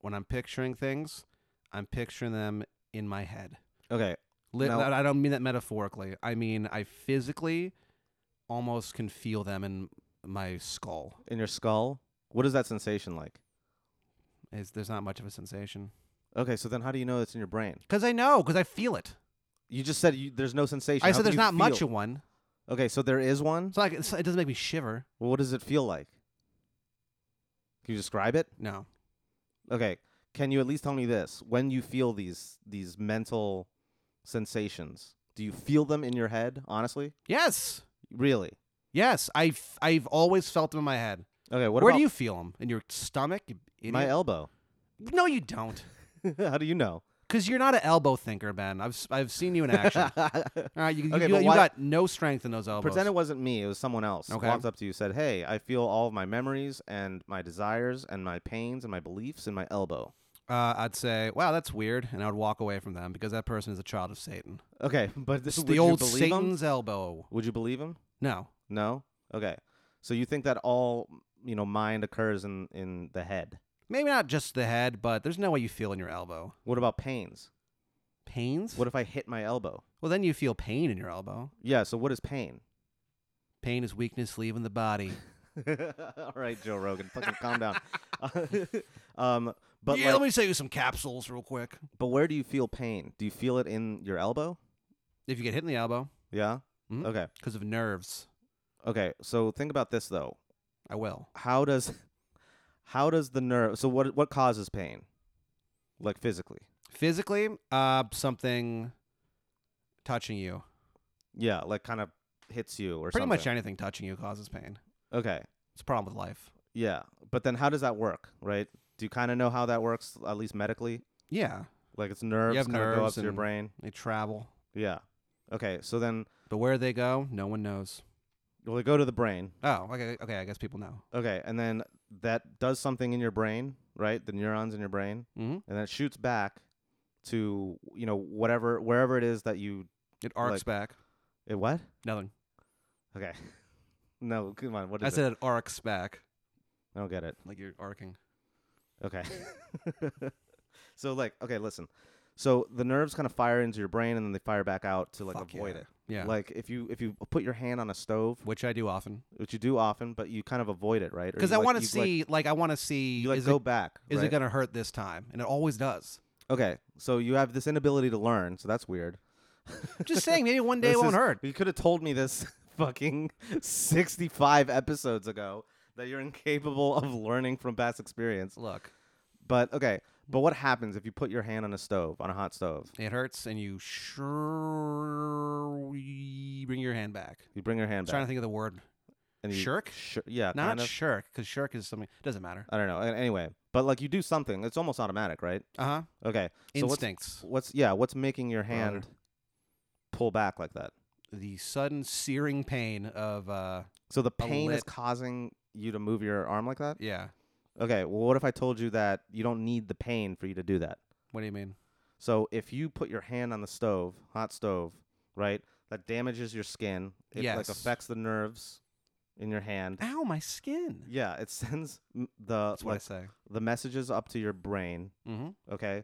[SPEAKER 3] when I'm picturing things, I'm picturing them in my head.
[SPEAKER 2] Okay,
[SPEAKER 3] Li-
[SPEAKER 2] Now-
[SPEAKER 3] I don't mean that metaphorically. I mean, I physically almost can feel them in my skull.
[SPEAKER 2] in your skull, what is that sensation like?
[SPEAKER 3] It's, there's not much of a sensation.
[SPEAKER 2] Okay, so then how do you know it's in your brain?
[SPEAKER 3] Because I know, because I feel it.
[SPEAKER 2] You just said you, there's no sensation.
[SPEAKER 3] I
[SPEAKER 2] How
[SPEAKER 3] said
[SPEAKER 2] can
[SPEAKER 3] there's
[SPEAKER 2] you
[SPEAKER 3] not much
[SPEAKER 2] feel-
[SPEAKER 3] of one.
[SPEAKER 2] Okay, so there is one.
[SPEAKER 3] It's not like, it's, it doesn't make me shiver.
[SPEAKER 2] Well, what does it feel like? Can you describe it?
[SPEAKER 3] No.
[SPEAKER 2] Okay, can you at least tell me this? When you feel these these mental sensations, do you feel them in your head? Honestly,
[SPEAKER 3] Yes.
[SPEAKER 2] really?
[SPEAKER 3] Yes, I've I've always felt them in my head.
[SPEAKER 2] Okay, what
[SPEAKER 3] Where
[SPEAKER 2] about
[SPEAKER 3] do you feel them? In your stomach? You idiot?
[SPEAKER 2] my elbow?
[SPEAKER 3] no, you don't.
[SPEAKER 2] how do you know?
[SPEAKER 3] Because you're not an elbow thinker, Ben. I've s- I've seen you in action. All right, you, you-
[SPEAKER 2] Okay,
[SPEAKER 3] you,
[SPEAKER 2] but
[SPEAKER 3] you
[SPEAKER 2] why-
[SPEAKER 3] got no strength in those elbows.
[SPEAKER 2] Pretend it wasn't me; it was someone else.
[SPEAKER 3] Okay.
[SPEAKER 2] Walked up to you, said, "Hey, I feel all of my memories and my desires and my pains and my beliefs in my elbow."
[SPEAKER 3] uh, I'd say, wow, that's weird, and I would walk away from them because that person is a child of Satan.
[SPEAKER 2] Okay, but this
[SPEAKER 3] It's the old
[SPEAKER 2] you believe 'em?
[SPEAKER 3] Satan's elbow.
[SPEAKER 2] Would you believe him?
[SPEAKER 3] No,
[SPEAKER 2] No. Okay. So you think that all you know mind occurs in in the head?
[SPEAKER 3] maybe not just the head, but there's no way you feel in your elbow.
[SPEAKER 2] What about pains?
[SPEAKER 3] Pains?
[SPEAKER 2] What if I hit my elbow?
[SPEAKER 3] Well, then you feel pain in your elbow.
[SPEAKER 2] Yeah. So what is pain?
[SPEAKER 3] Pain is weakness leaving the body.
[SPEAKER 2] all right, Joe Rogan, fucking calm down. um, but
[SPEAKER 3] yeah,
[SPEAKER 2] like-
[SPEAKER 3] let me sell you some capsules real quick.
[SPEAKER 2] but where do you feel pain? Do you feel it in your elbow?
[SPEAKER 3] If you get hit in the elbow
[SPEAKER 2] Yeah.
[SPEAKER 3] Mhm.
[SPEAKER 2] Okay.
[SPEAKER 3] because of nerves,
[SPEAKER 2] Okay. So think about this though.
[SPEAKER 3] I will.
[SPEAKER 2] How does how does the nerve? So what what causes pain? Like physically?
[SPEAKER 3] Physically, uh, something touching you.
[SPEAKER 2] Yeah. Like kind of hits you or
[SPEAKER 3] Pretty
[SPEAKER 2] something.
[SPEAKER 3] much anything touching you causes pain.
[SPEAKER 2] Okay.
[SPEAKER 3] It's a problem with life.
[SPEAKER 2] Yeah. But then how does that work, right? Do you kind of know how that works, at least medically?
[SPEAKER 3] Yeah,
[SPEAKER 2] Like it's nerves,
[SPEAKER 3] have
[SPEAKER 2] kinda go up
[SPEAKER 3] nerves
[SPEAKER 2] to your
[SPEAKER 3] and-
[SPEAKER 2] brain.
[SPEAKER 3] they travel,
[SPEAKER 2] Yeah. Okay. So then,
[SPEAKER 3] but where they go, no one knows.
[SPEAKER 2] well, they go to the brain.
[SPEAKER 3] Oh, okay, okay. I guess people know.
[SPEAKER 2] Okay. And then that does something in your brain, right? The neurons in your brain.
[SPEAKER 3] Mm-hmm.
[SPEAKER 2] And then it shoots back to, you know, whatever, wherever it is that you.
[SPEAKER 3] It arcs
[SPEAKER 2] Like-
[SPEAKER 3] back.
[SPEAKER 2] It what?
[SPEAKER 3] Nothing.
[SPEAKER 2] Okay. no, come on. What is
[SPEAKER 3] I
[SPEAKER 2] it?
[SPEAKER 3] said it arcs back,
[SPEAKER 2] I don't get it.
[SPEAKER 3] like you're arcing.
[SPEAKER 2] Okay. so like, okay, listen. So the nerves kind of fire into your brain and then they fire back out to like
[SPEAKER 3] Fuck
[SPEAKER 2] avoid
[SPEAKER 3] yeah.
[SPEAKER 2] it.
[SPEAKER 3] Yeah,
[SPEAKER 2] Like if you if you put your hand on a stove,
[SPEAKER 3] which I do often
[SPEAKER 2] which you do often, but you kind of avoid it, right? Or
[SPEAKER 3] because
[SPEAKER 2] you,
[SPEAKER 3] I
[SPEAKER 2] like-
[SPEAKER 3] want to
[SPEAKER 2] you, like-
[SPEAKER 3] see, like, I want to see,
[SPEAKER 2] you like
[SPEAKER 3] is
[SPEAKER 2] go
[SPEAKER 3] it
[SPEAKER 2] back.
[SPEAKER 3] is it
[SPEAKER 2] right?
[SPEAKER 3] gonna hurt this time? And it always does.
[SPEAKER 2] Okay. So you have this inability to learn, so that's weird.
[SPEAKER 3] Just saying, maybe one day it
[SPEAKER 2] This
[SPEAKER 3] won't
[SPEAKER 2] is-
[SPEAKER 3] hurt.
[SPEAKER 2] You could have told me this fucking 65 episodes ago that you're incapable of learning from past experience.
[SPEAKER 3] Look,
[SPEAKER 2] But okay, but
[SPEAKER 3] Mm.
[SPEAKER 2] what happens if you put your hand on a stove, on a hot stove?
[SPEAKER 3] it hurts, and you sure bring your hand back.
[SPEAKER 2] You bring your
[SPEAKER 3] I'm
[SPEAKER 2] hand back.
[SPEAKER 3] trying to think of the word.
[SPEAKER 2] and you
[SPEAKER 3] Shirk?
[SPEAKER 2] Shir- yeah,
[SPEAKER 3] Not
[SPEAKER 2] kind of.
[SPEAKER 3] shirk, because shirk is something. Doesn't matter.
[SPEAKER 2] I don't know. An- Anyway, but like you do something, it's almost automatic, right?
[SPEAKER 3] Uh huh.
[SPEAKER 2] Okay. Uh-huh. So what's
[SPEAKER 3] Instincts.
[SPEAKER 2] what's yeah? What's making your
[SPEAKER 3] Brother.
[SPEAKER 2] hand pull back like that?
[SPEAKER 3] The sudden searing pain of uh
[SPEAKER 2] So the pain is
[SPEAKER 3] lit-
[SPEAKER 2] causing you to move your arm like that.
[SPEAKER 3] yeah.
[SPEAKER 2] Okay. Well, what if I told you that you don't need the pain for you to do that?
[SPEAKER 3] What do you mean?
[SPEAKER 2] So if you put your hand on the stove, hot stove, right? That damages your skin. It like
[SPEAKER 3] Yes.
[SPEAKER 2] affects the nerves in your hand.
[SPEAKER 3] Ow, my skin.
[SPEAKER 2] Yeah, it sends m- the
[SPEAKER 3] That's what I
[SPEAKER 2] like,
[SPEAKER 3] say.
[SPEAKER 2] the messages up to your brain,
[SPEAKER 3] Mm-hmm.
[SPEAKER 2] okay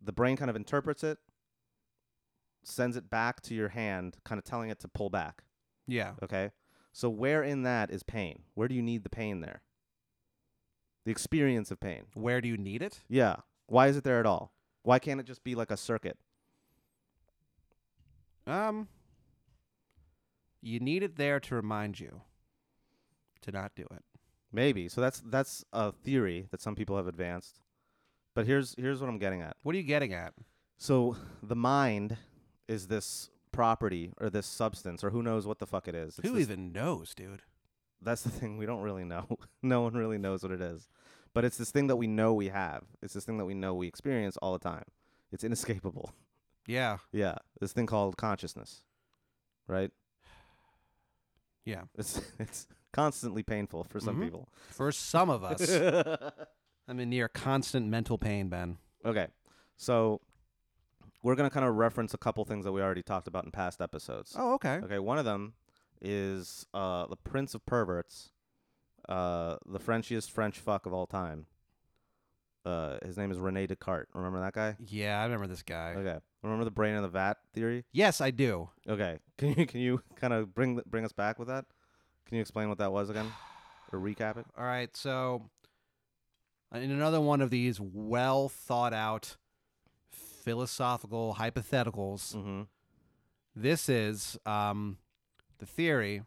[SPEAKER 2] the brain kind of interprets it sends it back to your hand kind of telling it to pull back
[SPEAKER 3] Yeah.
[SPEAKER 2] okay so where in that is pain where do you need the pain there the experience of pain
[SPEAKER 3] Where do you need it?
[SPEAKER 2] yeah why is it there at all why can't it just be like a circuit
[SPEAKER 3] Um. You need it there to remind you to not do it.
[SPEAKER 2] maybe so that's that's a theory that some people have advanced but here's here's what i'm getting at
[SPEAKER 3] What are you getting at?
[SPEAKER 2] so the mind is this property or this substance or who knows what the fuck it is It's
[SPEAKER 3] Who
[SPEAKER 2] this
[SPEAKER 3] even knows, dude?
[SPEAKER 2] that's the thing we don't really know. no one really knows what it is. But it's this thing that we know we have. It's this thing that we know we experience all the time. It's inescapable.
[SPEAKER 3] Yeah.
[SPEAKER 2] Yeah. This thing called consciousness. Right?
[SPEAKER 3] Yeah.
[SPEAKER 2] It's it's constantly painful for some
[SPEAKER 3] Mhm.
[SPEAKER 2] people.
[SPEAKER 3] For some of us, I'm in near constant mental pain, Ben.
[SPEAKER 2] okay. So we're going to kind of reference a couple things that we already talked about in past episodes.
[SPEAKER 3] Oh, okay.
[SPEAKER 2] Okay, one of them is uh, the Prince of Perverts, uh, the Frenchiest French fuck of all time. Uh, his name is Rene Descartes. Remember that guy?
[SPEAKER 3] Yeah, I remember this guy.
[SPEAKER 2] Okay. Remember the brain in the vat theory?
[SPEAKER 3] Yes, I do.
[SPEAKER 2] Okay. Can you can you kind of bring th- bring us back with that? Can you explain what that was again, or recap it?
[SPEAKER 3] All right, so uh, in another one of these well thought out philosophical hypotheticals,
[SPEAKER 2] Mm-hmm.
[SPEAKER 3] this is um, the theory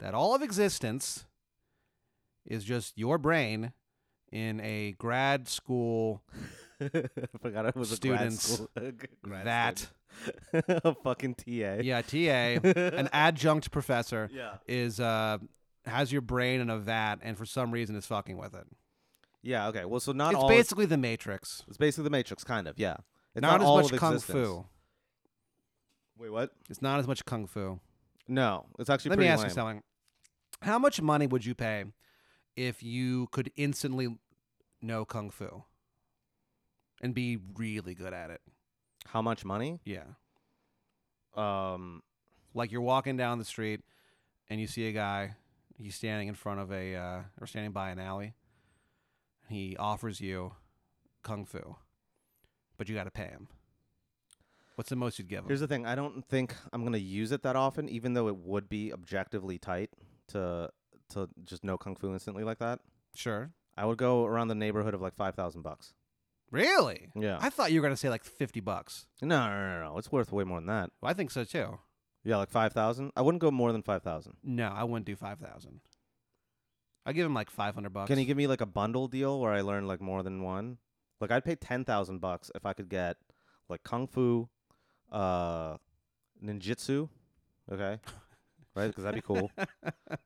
[SPEAKER 3] that all of existence is just your brain in a grad school
[SPEAKER 2] I forgot it was
[SPEAKER 3] Students
[SPEAKER 2] a grad school. grad
[SPEAKER 3] that
[SPEAKER 2] student. a fucking TA.
[SPEAKER 3] yeah TA an adjunct professor
[SPEAKER 2] Yeah.
[SPEAKER 3] is uh has your brain in a vat and for some reason is fucking with it.
[SPEAKER 2] Yeah. Okay. Well, so not
[SPEAKER 3] it's
[SPEAKER 2] all. is-
[SPEAKER 3] basically the Matrix.
[SPEAKER 2] it's basically the Matrix, kind of. Yeah. It's
[SPEAKER 3] not,
[SPEAKER 2] all
[SPEAKER 3] as
[SPEAKER 2] of
[SPEAKER 3] much kung
[SPEAKER 2] existence.
[SPEAKER 3] fu.
[SPEAKER 2] Wait, what?
[SPEAKER 3] It's not as much kung fu.
[SPEAKER 2] No, it's actually
[SPEAKER 3] Let me
[SPEAKER 2] pretty
[SPEAKER 3] ask
[SPEAKER 2] lame.
[SPEAKER 3] you something. How much money would you pay if you could instantly know kung fu and be really good at it?
[SPEAKER 2] How much money?
[SPEAKER 3] Yeah.
[SPEAKER 2] Um,
[SPEAKER 3] Like you're walking down the street and you see a guy, he's standing in front of a uh, or standing by an alley and he offers you kung fu. But you got to pay him. What's the most you'd give him?
[SPEAKER 2] here's the thing. I don't think I'm gonna use it that often, even though it would be objectively tight to to just know kung fu instantly like that.
[SPEAKER 3] sure.
[SPEAKER 2] I would go around the neighborhood of like five thousand bucks.
[SPEAKER 3] Really?
[SPEAKER 2] Yeah.
[SPEAKER 3] I thought you were going to say like 50 bucks.
[SPEAKER 2] no, no, no, no. It's worth way more than that.
[SPEAKER 3] Well, I think so too.
[SPEAKER 2] Yeah, like five thousand. I wouldn't go more than five thousand.
[SPEAKER 3] No, I wouldn't do five thousand. I give him like five hundred bucks.
[SPEAKER 2] Can you give me like a bundle deal where I learn like more than one? Like I'd pay ten thousand bucks if I could get like kung fu, uh, ninjutsu, okay, right? Because that'd be cool.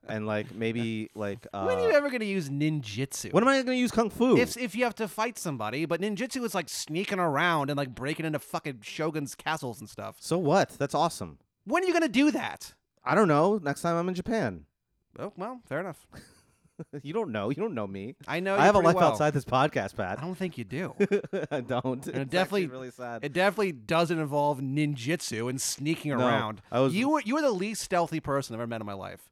[SPEAKER 2] and like maybe like uh,
[SPEAKER 3] when are you ever gonna use ninjutsu?
[SPEAKER 2] when am I gonna use kung fu?
[SPEAKER 3] if if you have to fight somebody, but ninjutsu is like sneaking around and like breaking into fucking shoguns' castles and stuff.
[SPEAKER 2] so what? That's awesome.
[SPEAKER 3] When are you gonna do that?
[SPEAKER 2] I don't know. Next time I'm in Japan,
[SPEAKER 3] Oh well, fair enough.
[SPEAKER 2] you don't know. You don't know me.
[SPEAKER 3] I know.
[SPEAKER 2] I
[SPEAKER 3] you
[SPEAKER 2] have a
[SPEAKER 3] pretty
[SPEAKER 2] life
[SPEAKER 3] well.
[SPEAKER 2] outside this podcast,
[SPEAKER 3] I
[SPEAKER 2] Pat.
[SPEAKER 3] don't think you do.
[SPEAKER 2] I don't. It's
[SPEAKER 3] definitely-
[SPEAKER 2] actually really sad.
[SPEAKER 3] It definitely doesn't involve ninjutsu and sneaking
[SPEAKER 2] No,
[SPEAKER 3] around.
[SPEAKER 2] I was-
[SPEAKER 3] you were you were the least stealthy person I've ever met in my life.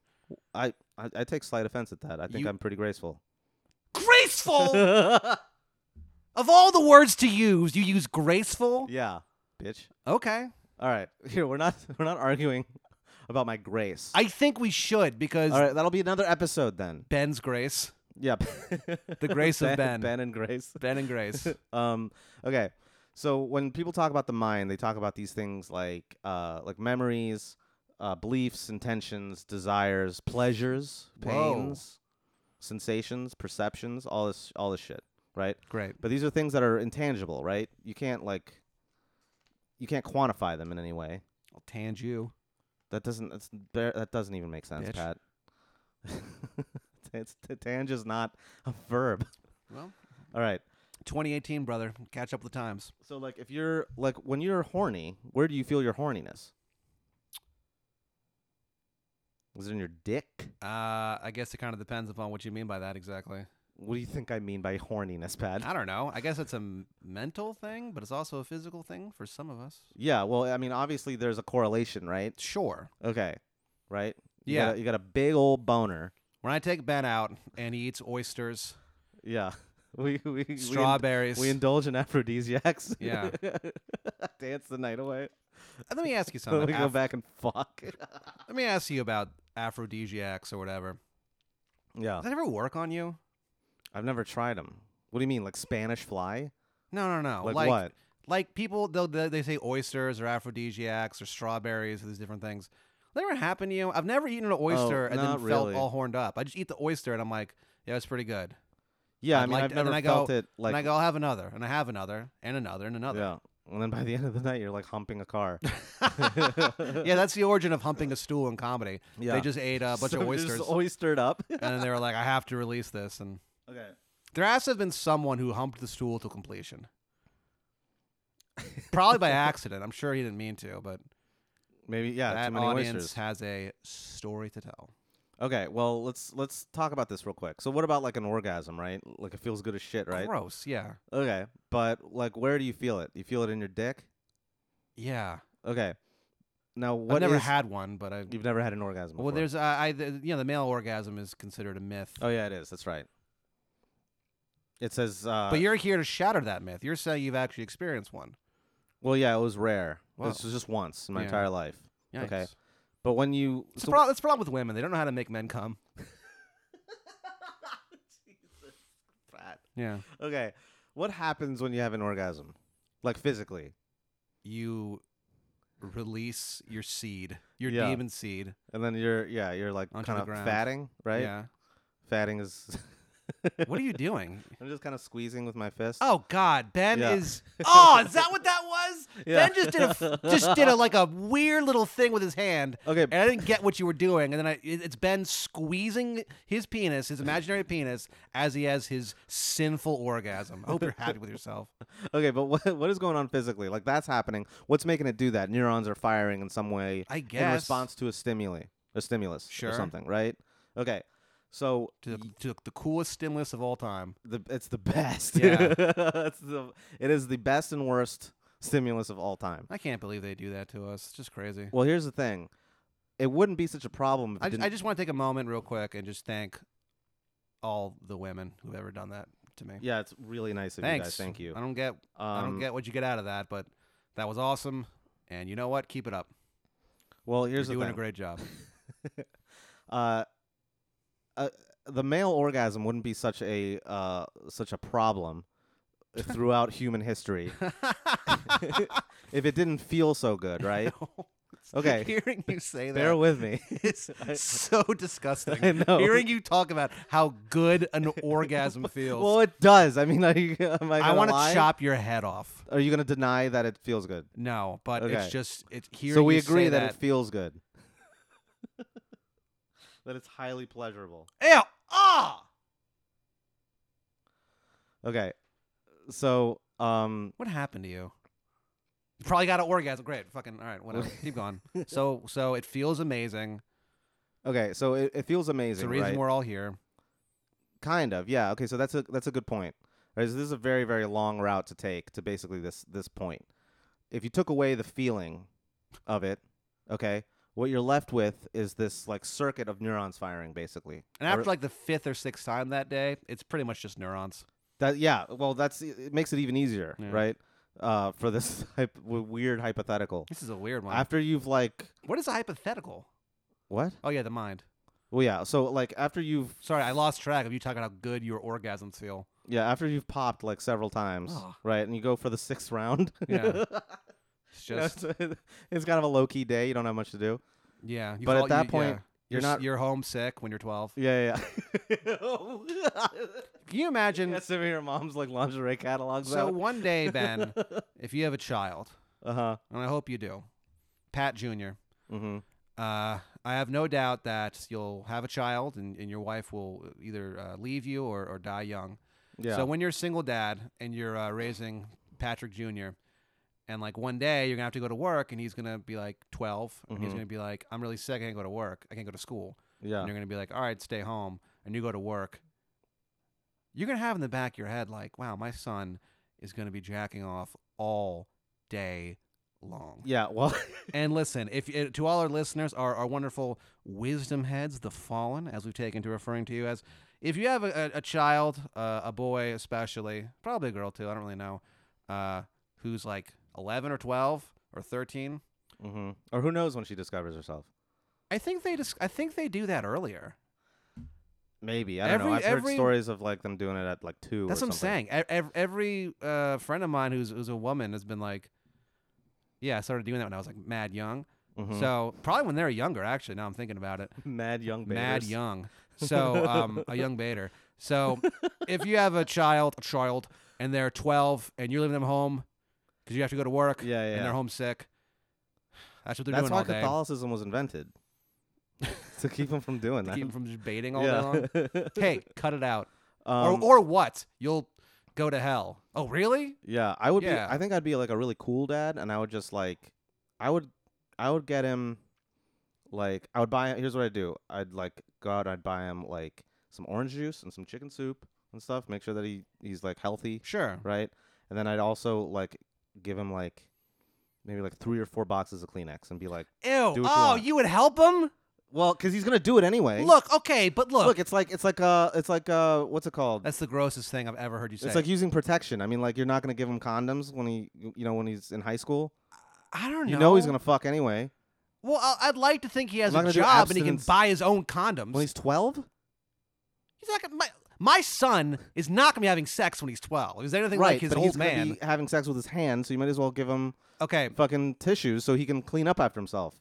[SPEAKER 2] I, I I take slight offense at that. I think
[SPEAKER 3] You-
[SPEAKER 2] I'm pretty graceful.
[SPEAKER 3] Graceful.
[SPEAKER 2] yeah,
[SPEAKER 3] of all the words to use, you use graceful.
[SPEAKER 2] bitch.
[SPEAKER 3] Okay.
[SPEAKER 2] All right, here we're not we're not arguing about my grace.
[SPEAKER 3] I think we should because
[SPEAKER 2] All right, that'll be another episode then.
[SPEAKER 3] Ben's grace,
[SPEAKER 2] Yep.
[SPEAKER 3] The grace of Ben.
[SPEAKER 2] Ben and Grace.
[SPEAKER 3] Ben and Grace.
[SPEAKER 2] um okay so when people talk about the mind they talk about these things like uh like memories uh beliefs intentions desires pleasures
[SPEAKER 3] Whoa.
[SPEAKER 2] pains sensations perceptions all this all this shit right
[SPEAKER 3] Great.
[SPEAKER 2] but these are things that are intangible right you can't like you can't quantify them in any way
[SPEAKER 3] I'll tand you.
[SPEAKER 2] that doesn't that's bare, that doesn't even make sense
[SPEAKER 3] Bitch.
[SPEAKER 2] pat it's, tange is not a verb
[SPEAKER 3] Well,
[SPEAKER 2] all right
[SPEAKER 3] 2018, brother. Catch up with the times.
[SPEAKER 2] So like if you're like when you're horny, where do you feel your horniness? Is it in your dick?
[SPEAKER 3] Uh, I guess it kind of depends upon what you mean by that exactly.
[SPEAKER 2] What do you think I mean by horniness, Pat?
[SPEAKER 3] I don't know. I guess it's a m- mental thing, but it's also a physical thing for some of us.
[SPEAKER 2] Yeah, well, I mean obviously there's a correlation, right?
[SPEAKER 3] Sure.
[SPEAKER 2] Okay. Right? You
[SPEAKER 3] Yeah.
[SPEAKER 2] got a, you got a big old boner.
[SPEAKER 3] When I take Ben out and he eats oysters,
[SPEAKER 2] Yeah. We we we ind-
[SPEAKER 3] strawberries.
[SPEAKER 2] We, indulge in aphrodisiacs.
[SPEAKER 3] Yeah.
[SPEAKER 2] Dance the night away.
[SPEAKER 3] Let me ask you
[SPEAKER 2] So
[SPEAKER 3] something.
[SPEAKER 2] we go
[SPEAKER 3] Af-
[SPEAKER 2] back and fuck.
[SPEAKER 3] Let me ask you about aphrodisiacs or whatever.
[SPEAKER 2] yeah.
[SPEAKER 3] Does that ever work on you?
[SPEAKER 2] I've never tried them. What do you mean, like Spanish fly?
[SPEAKER 3] No, no, no.
[SPEAKER 2] Like, what?
[SPEAKER 3] Like people, they'll, they they say oysters or aphrodisiacs or strawberries or these different things. That ever happen to you? I've never eaten an oyster and then
[SPEAKER 2] Oh, not
[SPEAKER 3] felt
[SPEAKER 2] really.
[SPEAKER 3] all horned up. I just eat the oyster and I'm like, yeah, it's pretty good.
[SPEAKER 2] Yeah,
[SPEAKER 3] I'd
[SPEAKER 2] I mean
[SPEAKER 3] like
[SPEAKER 2] I've
[SPEAKER 3] to- and
[SPEAKER 2] never
[SPEAKER 3] then I go-
[SPEAKER 2] felt it like
[SPEAKER 3] and I go, I'll have another, and I have another, and another, and another.
[SPEAKER 2] Yeah. And then by the end of the night, you're like humping a car.
[SPEAKER 3] Yeah, that's the origin of humping a stool in comedy.
[SPEAKER 2] Yeah.
[SPEAKER 3] They just ate a bunch
[SPEAKER 2] So
[SPEAKER 3] of
[SPEAKER 2] just
[SPEAKER 3] oysters,
[SPEAKER 2] oystered up.
[SPEAKER 3] and then they were like, I have to release this. And
[SPEAKER 2] okay.
[SPEAKER 3] there has to have been someone who humped the stool to completion. Probably by accident. I'm sure he didn't mean to, but
[SPEAKER 2] Maybe yeah.
[SPEAKER 3] that
[SPEAKER 2] too many
[SPEAKER 3] audience
[SPEAKER 2] oysters.
[SPEAKER 3] has a story to tell.
[SPEAKER 2] Okay. Well, let's let's talk about this real quick. So, what about like an orgasm? Right? Like it feels good as shit, right?
[SPEAKER 3] Gross. Yeah.
[SPEAKER 2] Okay. But like, where do you feel it? You feel it in your dick?
[SPEAKER 3] Yeah.
[SPEAKER 2] Okay. Now, what
[SPEAKER 3] I've never
[SPEAKER 2] is-
[SPEAKER 3] had one, but I.
[SPEAKER 2] You've never had an orgasm.
[SPEAKER 3] Well,
[SPEAKER 2] before.
[SPEAKER 3] there's uh, I the, you know the male orgasm is considered a myth.
[SPEAKER 2] Oh yeah, it is. That's right. It says. Uh,
[SPEAKER 3] But you're here to shatter that myth. You're saying you've actually experienced one.
[SPEAKER 2] well, yeah, it was rare.
[SPEAKER 3] Wow.
[SPEAKER 2] This was just once in my
[SPEAKER 3] Yeah.
[SPEAKER 2] entire life. Okay.
[SPEAKER 3] Yikes.
[SPEAKER 2] But when you
[SPEAKER 3] It's
[SPEAKER 2] so-
[SPEAKER 3] a pro- that's a problem with women. They don't know how to make men come. Yeah.
[SPEAKER 2] Okay. What happens when you have an orgasm? Like physically.
[SPEAKER 3] You release your seed, your
[SPEAKER 2] Yeah.
[SPEAKER 3] demon seed.
[SPEAKER 2] And then you're yeah, you're like
[SPEAKER 3] Onto
[SPEAKER 2] kind
[SPEAKER 3] the
[SPEAKER 2] of
[SPEAKER 3] ground.
[SPEAKER 2] fatting, right?
[SPEAKER 3] Yeah.
[SPEAKER 2] Fatting is
[SPEAKER 3] What are you doing?
[SPEAKER 2] I'm just kind of squeezing with my fist.
[SPEAKER 3] Oh God, Ben
[SPEAKER 2] Yeah.
[SPEAKER 3] is. Oh, is that what that was?
[SPEAKER 2] Yeah.
[SPEAKER 3] Ben just did a just did a like a weird little thing with his hand,
[SPEAKER 2] Okay.
[SPEAKER 3] and I didn't get what you were doing. And then I, it- it's Ben squeezing his penis, his imaginary penis, as he has his sinful orgasm. I hope you're happy with yourself.
[SPEAKER 2] Okay, but what what is going on physically? Like that's happening. What's making it do that? Neurons are firing in some way
[SPEAKER 3] I
[SPEAKER 2] in
[SPEAKER 3] guess
[SPEAKER 2] response to a stimuli, a stimulus
[SPEAKER 3] Sure.
[SPEAKER 2] or something, right? Okay. So
[SPEAKER 3] to the, to the coolest stimulus of all time.
[SPEAKER 2] the it's the best.
[SPEAKER 3] Yeah.
[SPEAKER 2] it's the, it is the best and worst stimulus of all time.
[SPEAKER 3] I can't believe they do that to us. It's just crazy.
[SPEAKER 2] Well, here's the thing. It wouldn't be such a problem if it
[SPEAKER 3] I,
[SPEAKER 2] didn't
[SPEAKER 3] I just want to take a moment, real quick, and just thank all the women who've ever done that to me.
[SPEAKER 2] Yeah, it's really nice of
[SPEAKER 3] Thanks.
[SPEAKER 2] you guys. Thank you.
[SPEAKER 3] I don't get I
[SPEAKER 2] Um,
[SPEAKER 3] don't get what you get out of that, but that was awesome. And you know what? Keep it up.
[SPEAKER 2] Well, here's
[SPEAKER 3] You're doing
[SPEAKER 2] the
[SPEAKER 3] a
[SPEAKER 2] thing.
[SPEAKER 3] great job.
[SPEAKER 2] uh, uh, the male orgasm wouldn't be such a uh, such a problem throughout human history if it didn't feel so good, right? Okay.
[SPEAKER 3] Hearing you say
[SPEAKER 2] Bear
[SPEAKER 3] that
[SPEAKER 2] with me.
[SPEAKER 3] is so disgusting.
[SPEAKER 2] I know.
[SPEAKER 3] Hearing you talk about how good an orgasm feels.
[SPEAKER 2] well, it does. I mean, are you, am I,
[SPEAKER 3] I
[SPEAKER 2] want to
[SPEAKER 3] chop your head off.
[SPEAKER 2] Are you going to deny that it feels good?
[SPEAKER 3] No, but
[SPEAKER 2] Okay.
[SPEAKER 3] it's just it's hearing
[SPEAKER 2] so we
[SPEAKER 3] you say
[SPEAKER 2] agree that,
[SPEAKER 3] that
[SPEAKER 2] it feels good. that it's highly pleasurable.
[SPEAKER 3] Ew. Ah.
[SPEAKER 2] Okay. So, um,
[SPEAKER 3] What happened to you? You probably got an orgasm. Great. Fucking. All right. Whatever. Keep going. So so it feels amazing.
[SPEAKER 2] okay, so it, it feels
[SPEAKER 3] It's
[SPEAKER 2] amazing,
[SPEAKER 3] the reason
[SPEAKER 2] right?
[SPEAKER 3] we're all here.
[SPEAKER 2] kind of, yeah. Okay, so that's a that's a good point. Right, so this is a very very long route to take to basically this this point. If you took away the feeling of it, okay, what you're left with is this like circuit of neurons firing, basically.
[SPEAKER 3] And
[SPEAKER 2] Or-
[SPEAKER 3] after like the fifth or sixth time that day, it's pretty much just neurons.
[SPEAKER 2] That yeah, well, that's e, it makes it even easier,
[SPEAKER 3] Yeah.
[SPEAKER 2] right? Uh, for this hyp- w- weird hypothetical.
[SPEAKER 3] This is a weird one.
[SPEAKER 2] After you've like
[SPEAKER 3] what is a hypothetical?
[SPEAKER 2] what?
[SPEAKER 3] Oh yeah, the mind.
[SPEAKER 2] Well, yeah. So like after you've
[SPEAKER 3] Sorry, I lost track of you talking about how good your orgasms feel.
[SPEAKER 2] yeah after you've popped like several times,
[SPEAKER 3] Ugh.
[SPEAKER 2] right? And you go for the sixth round.
[SPEAKER 3] Ah. Yeah. It's
[SPEAKER 2] You know,
[SPEAKER 3] just
[SPEAKER 2] it's, it's kind of a low key day. You don't have much to do.
[SPEAKER 3] yeah. You
[SPEAKER 2] but
[SPEAKER 3] fall-
[SPEAKER 2] at that
[SPEAKER 3] you-
[SPEAKER 2] point,
[SPEAKER 3] yeah.
[SPEAKER 2] you're
[SPEAKER 3] s-
[SPEAKER 2] not-
[SPEAKER 3] You're homesick when you're 12.
[SPEAKER 2] Yeah, yeah.
[SPEAKER 3] Can you imagine?
[SPEAKER 2] yeah. Some of your mom's like lingerie catalogs.
[SPEAKER 3] so one day, Ben, if you have a child,
[SPEAKER 2] uh huh.
[SPEAKER 3] and I hope you do, Pat Jr.
[SPEAKER 2] Mm-hmm.
[SPEAKER 3] Uh, I have no doubt that you'll have a child, and, and your wife will either uh, leave you or, or die young.
[SPEAKER 2] Yeah.
[SPEAKER 3] So when you're a single dad and you're uh, raising Patrick Jr., and like one day you're gonna have to go to work, and he's gonna be like 12, and he's
[SPEAKER 2] Mhm.
[SPEAKER 3] gonna be like, "I'm really sick. I can't go to work. I can't go to school."
[SPEAKER 2] yeah.
[SPEAKER 3] And you're gonna be like, "All right, stay home," and you go to work. You're gonna have in the back of your head like, "Wow, my son is gonna be jacking off all day long."
[SPEAKER 2] Yeah. Well.
[SPEAKER 3] And listen, if uh, to all our listeners, our, our wonderful wisdom heads, the fallen, as we've taken to referring to you as, if you have a, a, a child, uh, a boy especially, probably a girl too, I don't really know, uh, who's like 11 or 12 or 13,
[SPEAKER 2] hmm Or who knows when she discovers herself.
[SPEAKER 3] I think they just, I think they do that earlier.
[SPEAKER 2] Maybe I don't know.
[SPEAKER 3] Every-
[SPEAKER 2] I've
[SPEAKER 3] every-
[SPEAKER 2] heard stories of like them doing it at like two.
[SPEAKER 3] That's
[SPEAKER 2] or
[SPEAKER 3] what I'm
[SPEAKER 2] something.
[SPEAKER 3] saying. E- ev- Every uh, friend of mine who's who's a woman has been like, yeah, I started doing that when I was like mad young.
[SPEAKER 2] Mhm.
[SPEAKER 3] So probably when they were younger, actually. Now I'm thinking about it.
[SPEAKER 2] mad young babies.
[SPEAKER 3] Mad young. So um, a young baiter. So if you have a child, a child, and they're 12, and you're leaving them home because you have to go to work,
[SPEAKER 2] Yeah, yeah.
[SPEAKER 3] and they're homesick. That's what they're
[SPEAKER 2] That's
[SPEAKER 3] doing all
[SPEAKER 2] why
[SPEAKER 3] day.
[SPEAKER 2] Catholicism was invented to keep them from doing
[SPEAKER 3] to
[SPEAKER 2] that.
[SPEAKER 3] keep them from just baiting all day long.
[SPEAKER 2] yeah.
[SPEAKER 3] Hey, cut it out,
[SPEAKER 2] Um,
[SPEAKER 3] or or what? You'll go to hell. Oh, really?
[SPEAKER 2] yeah, I would
[SPEAKER 3] Yeah.
[SPEAKER 2] be. I think I'd be like a really cool dad, and I would just like, I would, I would get him, like, I would buy. Here's what I'd do. I'd like go out. I'd buy him like some orange juice and some chicken soup and stuff. Make sure that he he's like healthy,
[SPEAKER 3] Sure.
[SPEAKER 2] right? And then I'd also like give him like maybe like three or four boxes of Kleenex and be like,
[SPEAKER 3] Ew.
[SPEAKER 2] you
[SPEAKER 3] oh,
[SPEAKER 2] want.
[SPEAKER 3] you, would help them?
[SPEAKER 2] well, because he's gonna do it anyway.
[SPEAKER 3] Look, okay, but look,
[SPEAKER 2] look, it's like it's like uh, it's like uh, what's it called?
[SPEAKER 3] that's the grossest thing I've ever heard you say.
[SPEAKER 2] It's like using protection. I mean, like you're not gonna give him condoms when he, you know, when he's in high school.
[SPEAKER 3] I don't know.
[SPEAKER 2] You know he's gonna fuck anyway.
[SPEAKER 3] Well, I- I'd like to think he has
[SPEAKER 2] I'm not gonna
[SPEAKER 3] a
[SPEAKER 2] do
[SPEAKER 3] job and he can
[SPEAKER 2] abstinence.
[SPEAKER 3] buy his own condoms.
[SPEAKER 2] When he's 12,
[SPEAKER 3] He's not gonna, my, my son is not going to be having sex when he's 12. Is there anything
[SPEAKER 2] right?
[SPEAKER 3] like his
[SPEAKER 2] but
[SPEAKER 3] old
[SPEAKER 2] he's gonna
[SPEAKER 3] man?
[SPEAKER 2] be having sex with his hand, so you might as well give him
[SPEAKER 3] Okay.
[SPEAKER 2] fucking tissues so he can clean up after himself.